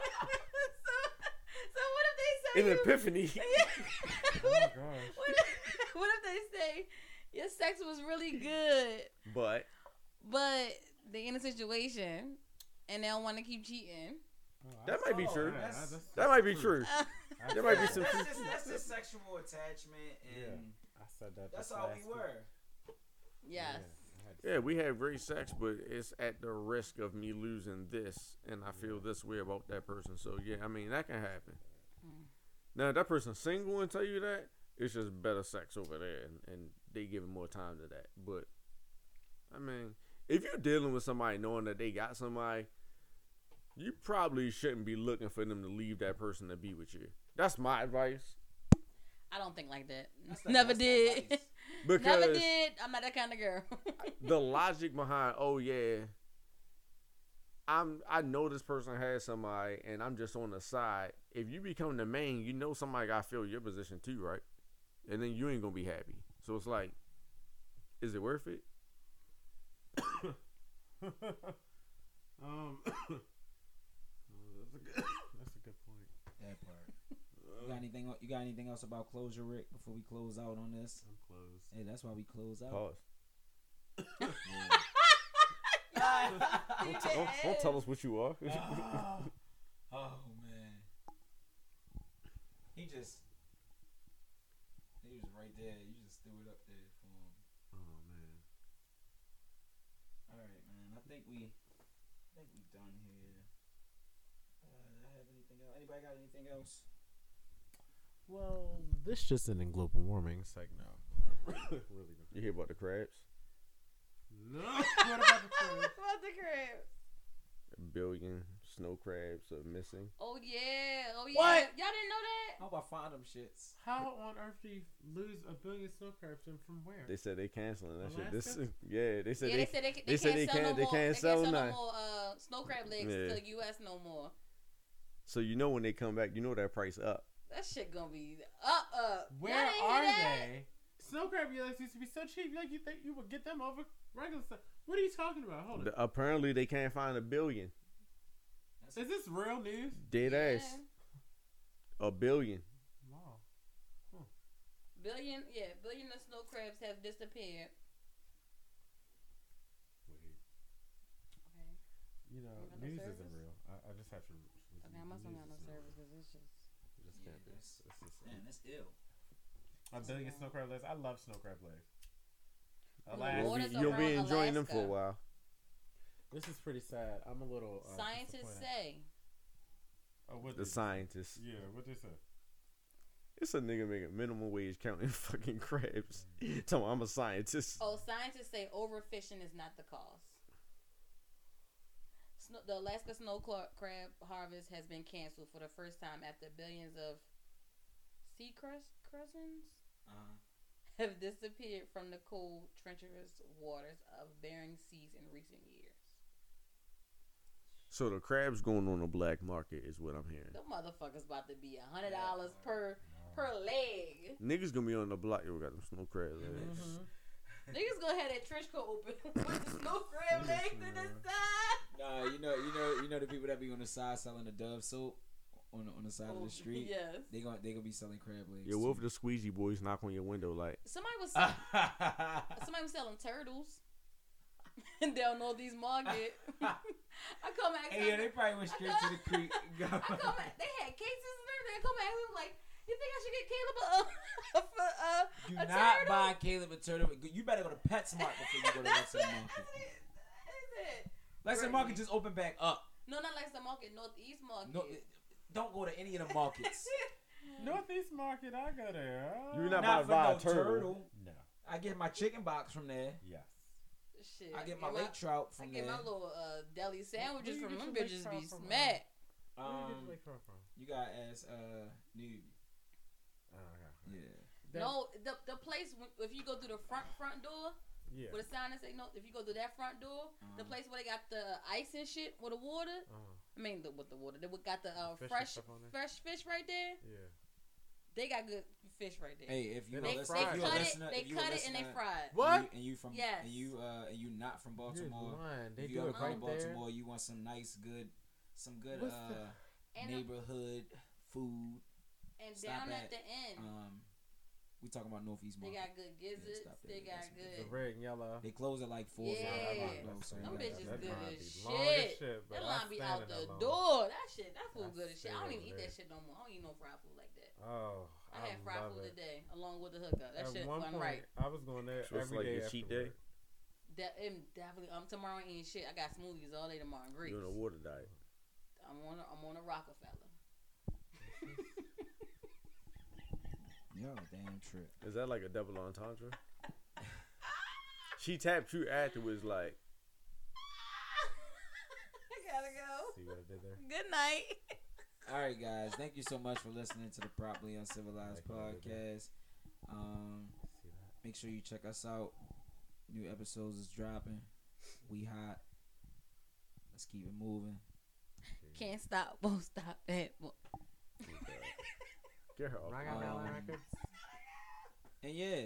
Speaker 4: what if they say?
Speaker 3: an
Speaker 4: you-
Speaker 3: epiphany?
Speaker 4: what, if, what, if, what if they say your sex was really good,
Speaker 3: But
Speaker 4: but they in a situation and they don't want to keep cheating?
Speaker 3: That might be
Speaker 2: Oh,
Speaker 3: true.
Speaker 2: that's-
Speaker 6: That's-
Speaker 3: that might be true. There might be some.
Speaker 7: That's just, that's just sexual attachment, and
Speaker 6: I said that.
Speaker 7: that's
Speaker 6: this
Speaker 7: all
Speaker 6: last
Speaker 7: we
Speaker 6: week.
Speaker 7: were.
Speaker 4: yes.
Speaker 6: Yeah, I had-
Speaker 3: Yeah, we have great sex, but it's at the risk of me losing this, and I feel this way about that person. So yeah, I mean that can happen.
Speaker 4: Mm.
Speaker 3: Now if that person's single and tell you that it's just better sex over there, and, and they giving more time to that. But I mean, if you're dealing with somebody knowing that they got somebody, you probably shouldn't be looking for them to leave that person to be with you. That's my advice.
Speaker 4: I don't think like that.
Speaker 2: That's not-
Speaker 4: Never
Speaker 2: that's not
Speaker 4: did.
Speaker 2: nice.
Speaker 3: Because
Speaker 4: Never did. I'm not that kind of girl.
Speaker 3: the logic behind oh yeah i'm i know this person has somebody and i'm just on the side if you become the main you know somebody gotta fill your position too right and then you ain't gonna be happy so it's like is it worth it
Speaker 6: um, oh, that's a good. That's a good point.
Speaker 2: that part. You got anything? el- You got anything else about closure, Rick? Before we close out on this,
Speaker 6: I'm closed.
Speaker 2: hey, that's why we close out.
Speaker 3: pause
Speaker 4: You
Speaker 3: don't, don't, don't
Speaker 4: did.
Speaker 3: tell us what you are
Speaker 2: oh, man, he just he was right there. You just threw it up there for him.
Speaker 6: Oh man.
Speaker 2: All right, man. I think we, I think we done here. Uh, I have anything else? Anybody got anything else?
Speaker 6: Well, this just an in global warming segment. really don't.
Speaker 3: you hear about the crabs
Speaker 6: No. What about the
Speaker 4: What
Speaker 6: crabs?
Speaker 4: about the crib?
Speaker 3: a billion snow crabs are missing
Speaker 4: Oh yeah. Oh yeah.
Speaker 2: What?
Speaker 4: Y'all didn't know that?
Speaker 2: How about find them shits?
Speaker 6: How on earth do you lose a billion snow crabs and from where?
Speaker 3: they said they canceling that shit this
Speaker 6: Alaska?
Speaker 3: yeah they said
Speaker 4: yeah,
Speaker 3: they,
Speaker 4: they, said they, ca-
Speaker 3: they said
Speaker 4: can't
Speaker 3: they
Speaker 4: sell no
Speaker 3: can't- they
Speaker 4: more.
Speaker 3: can't
Speaker 4: they
Speaker 3: sell
Speaker 4: can't sell
Speaker 3: none.
Speaker 4: no more uh, snow crab legs
Speaker 3: Yeah.
Speaker 4: to the U.S. no more.
Speaker 3: so you know when they come back you know that price up
Speaker 4: That shit gonna be up up.
Speaker 6: Where are they? Snow crab legs used to be so cheap. Like you think you would get them over regular stuff? What are you talking about? Hold on.
Speaker 3: The- apparently they can't find a billion
Speaker 6: Is this real news?
Speaker 3: dead
Speaker 4: Yeah.
Speaker 3: ass a billion
Speaker 6: Wow.
Speaker 4: Billion, yeah, billion of snow crabs have disappeared.
Speaker 6: Wait.
Speaker 4: Okay.
Speaker 6: You know,
Speaker 4: Even the
Speaker 6: news
Speaker 4: service?
Speaker 6: isn't real. I, I just have to.
Speaker 4: Now I must not have no service because it's just.
Speaker 3: Just
Speaker 7: Yeah,
Speaker 3: can't be.
Speaker 7: that's-
Speaker 3: It's just-
Speaker 7: Man, that's ill.
Speaker 6: My billion snow crab legs. I love snow crab legs.
Speaker 4: Well, Lord-
Speaker 6: Alas,
Speaker 3: You'll
Speaker 4: Waters
Speaker 3: be, you'll be
Speaker 4: around
Speaker 3: enjoying them for a
Speaker 4: Alaska.
Speaker 3: while.
Speaker 6: this is pretty sad. I'm a little. Uh,
Speaker 4: Scientists
Speaker 6: disappointed.
Speaker 4: say
Speaker 6: Oh, what
Speaker 3: The
Speaker 6: they-
Speaker 3: scientists.
Speaker 6: Yeah, what they say?
Speaker 3: It's a nigga making minimum wage counting fucking crabs. Tell me I'm a scientist.
Speaker 4: Oh, scientists say overfishing is not the cause. Snow, the Alaska snow cla- crab harvest has been canceled for the first time after billions of sea crust crescents
Speaker 7: Uh,
Speaker 2: Uh-huh.
Speaker 4: have disappeared from the cold, treacherous waters of Bering Seas in recent years.
Speaker 3: So the crabs going on the black market is what I'm hearing.
Speaker 4: The motherfucker's about to be a hundred dollars per per leg.
Speaker 3: Niggas gonna be on the block. Yo, we got them snow crabs. legs.
Speaker 4: Niggas gonna have that trench coat open with the snow crab legs in the side.
Speaker 2: Nah, you know, you know, you know the people that be on the side selling the Dove soap on the, on the
Speaker 4: Oh,
Speaker 2: side of the street.
Speaker 4: Yes.
Speaker 2: They gonna they gonna be selling crab legs.
Speaker 3: Yo, what if the squeegee boys knock on your window like,
Speaker 4: Somebody was
Speaker 2: too.
Speaker 4: Somebody was selling turtles down all these market. I come back.
Speaker 2: hey, yo, they probably went straight to the creek.
Speaker 4: I come back. They had cases and everything. I come back. We like, you think I should get Caleb a, a, a, a,
Speaker 2: Do
Speaker 4: a
Speaker 2: not
Speaker 4: turtle?
Speaker 2: buy Caleb a turtle. You better go to PetSmart before you go to
Speaker 4: that's
Speaker 2: Lexington
Speaker 4: it.
Speaker 2: Market.
Speaker 4: That's it. That's it.
Speaker 2: Lexington
Speaker 4: Right.
Speaker 2: Market just opened back up.
Speaker 4: No, not like the market. Northeast market.
Speaker 2: No, don't go to any of the markets.
Speaker 6: Northeast Market, I go there. Uh,
Speaker 3: You're not-
Speaker 2: Not
Speaker 3: about
Speaker 2: for
Speaker 3: to buy
Speaker 2: no
Speaker 3: a turtle.
Speaker 2: turtle.
Speaker 6: No.
Speaker 2: I get my chicken box from there.
Speaker 6: Yes.
Speaker 4: Shit.
Speaker 2: I get my
Speaker 4: I
Speaker 2: lake trout
Speaker 4: I
Speaker 2: from
Speaker 4: get
Speaker 2: there.
Speaker 4: my little uh, deli sandwiches
Speaker 6: you
Speaker 4: from
Speaker 6: get
Speaker 4: them
Speaker 6: your
Speaker 4: bitches
Speaker 6: lake
Speaker 4: be
Speaker 6: trout from,
Speaker 4: smacked.
Speaker 2: Um,
Speaker 6: from?
Speaker 2: you gotta ask uh, Nude.
Speaker 6: Oh, okay.
Speaker 2: Yeah.
Speaker 6: That-
Speaker 4: No, the the place when- if you go through the front front door,
Speaker 6: Yeah.
Speaker 4: with a sign that say no. If you go through that front door, the
Speaker 6: Mm-hmm.
Speaker 4: place where they got the ice and shit with the water.
Speaker 6: Uh-huh.
Speaker 4: I mean, the, with the water, they would- got the uh,
Speaker 6: Fish and
Speaker 4: fresh
Speaker 6: stuff on there?
Speaker 4: fresh fish right there.
Speaker 6: Yeah.
Speaker 4: They got good fish right there.
Speaker 2: Hey, if you a
Speaker 4: they
Speaker 6: They don't
Speaker 2: listener,
Speaker 4: they
Speaker 6: fry
Speaker 2: if you a
Speaker 6: it.
Speaker 4: cut it,
Speaker 2: listener,
Speaker 4: they
Speaker 2: if you a
Speaker 4: cut it and
Speaker 2: listener,
Speaker 4: they fried.
Speaker 6: What?
Speaker 2: And you, and you from
Speaker 4: Yes.
Speaker 2: and you uh, and you not from Baltimore.
Speaker 6: They
Speaker 2: if
Speaker 6: do
Speaker 2: you up
Speaker 6: it
Speaker 2: in
Speaker 6: right there.
Speaker 2: Baltimore, you want some nice, good, some good
Speaker 6: What's
Speaker 2: uh,
Speaker 6: the-
Speaker 4: And,
Speaker 2: neighborhood food.
Speaker 4: and
Speaker 2: Stop
Speaker 4: down
Speaker 2: that.
Speaker 4: at the end,
Speaker 2: Um, we talking about Northeast
Speaker 4: they
Speaker 2: Market.
Speaker 4: got good gizzards.
Speaker 2: stop that.
Speaker 4: they got
Speaker 2: That's
Speaker 6: The
Speaker 4: good.
Speaker 6: red and yellow.
Speaker 2: They close at like four.
Speaker 4: Yeah.
Speaker 2: Yeah.
Speaker 4: Yeah.
Speaker 2: Though, so you
Speaker 4: Them
Speaker 2: gotta-
Speaker 4: bitches
Speaker 2: that's
Speaker 4: good
Speaker 2: fine.
Speaker 4: as
Speaker 6: long as
Speaker 4: shit.
Speaker 6: shit, but
Speaker 4: That
Speaker 6: I
Speaker 4: line be
Speaker 6: stand in
Speaker 4: out
Speaker 6: that
Speaker 4: the
Speaker 6: line.
Speaker 4: door. That shit. That food
Speaker 6: I
Speaker 4: good as shit.
Speaker 6: stay
Speaker 4: I don't even
Speaker 6: over
Speaker 4: eat
Speaker 6: there.
Speaker 4: that shit no more. I don't eat no fried food like that.
Speaker 6: Oh,
Speaker 4: I, had fried
Speaker 6: love
Speaker 4: food
Speaker 6: it.
Speaker 4: today along with the hookup. That
Speaker 6: At
Speaker 4: shit
Speaker 6: one
Speaker 4: wasn't
Speaker 6: point,
Speaker 4: right.
Speaker 6: I was going there
Speaker 3: So it's
Speaker 6: every
Speaker 3: like
Speaker 6: day
Speaker 3: your cheat
Speaker 6: afterward.
Speaker 4: That am definitely. I'm tomorrow I ain't eating shit. I got smoothies all day tomorrow. in Greece.
Speaker 3: you're on a water diet?
Speaker 4: I'm on. A, I'm on a Rockefeller.
Speaker 2: Yo, damn trip.
Speaker 3: Is that like a double entendre? she tapped you afterwards like,
Speaker 4: I gotta go.
Speaker 6: See what I did there?
Speaker 4: Good night.
Speaker 2: All right, guys. Thank you so much for listening to the Properly Uncivilized
Speaker 6: Like what we
Speaker 2: podcast. Um,
Speaker 6: See that?
Speaker 2: make sure you check us out. New episodes is dropping. We hot. Let's keep it moving.
Speaker 4: Can't stop. Won't stop. That. won't-
Speaker 3: get her off.
Speaker 6: Rock
Speaker 3: my
Speaker 2: Um,
Speaker 6: Out Loud Records.
Speaker 2: And yeah,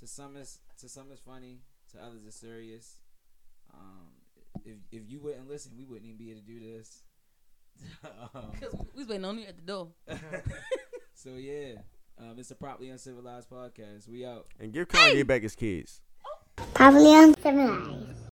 Speaker 2: to some is to some it's funny, to others it's serious. Um, if if you wouldn't listen, we wouldn't even be able to do this. um,
Speaker 4: Cause we was waiting on you at the door.
Speaker 2: so yeah, um, it's the properly uncivilized podcast. We out.
Speaker 3: And give Kanye back his kids.
Speaker 1: Pavilion Civilized.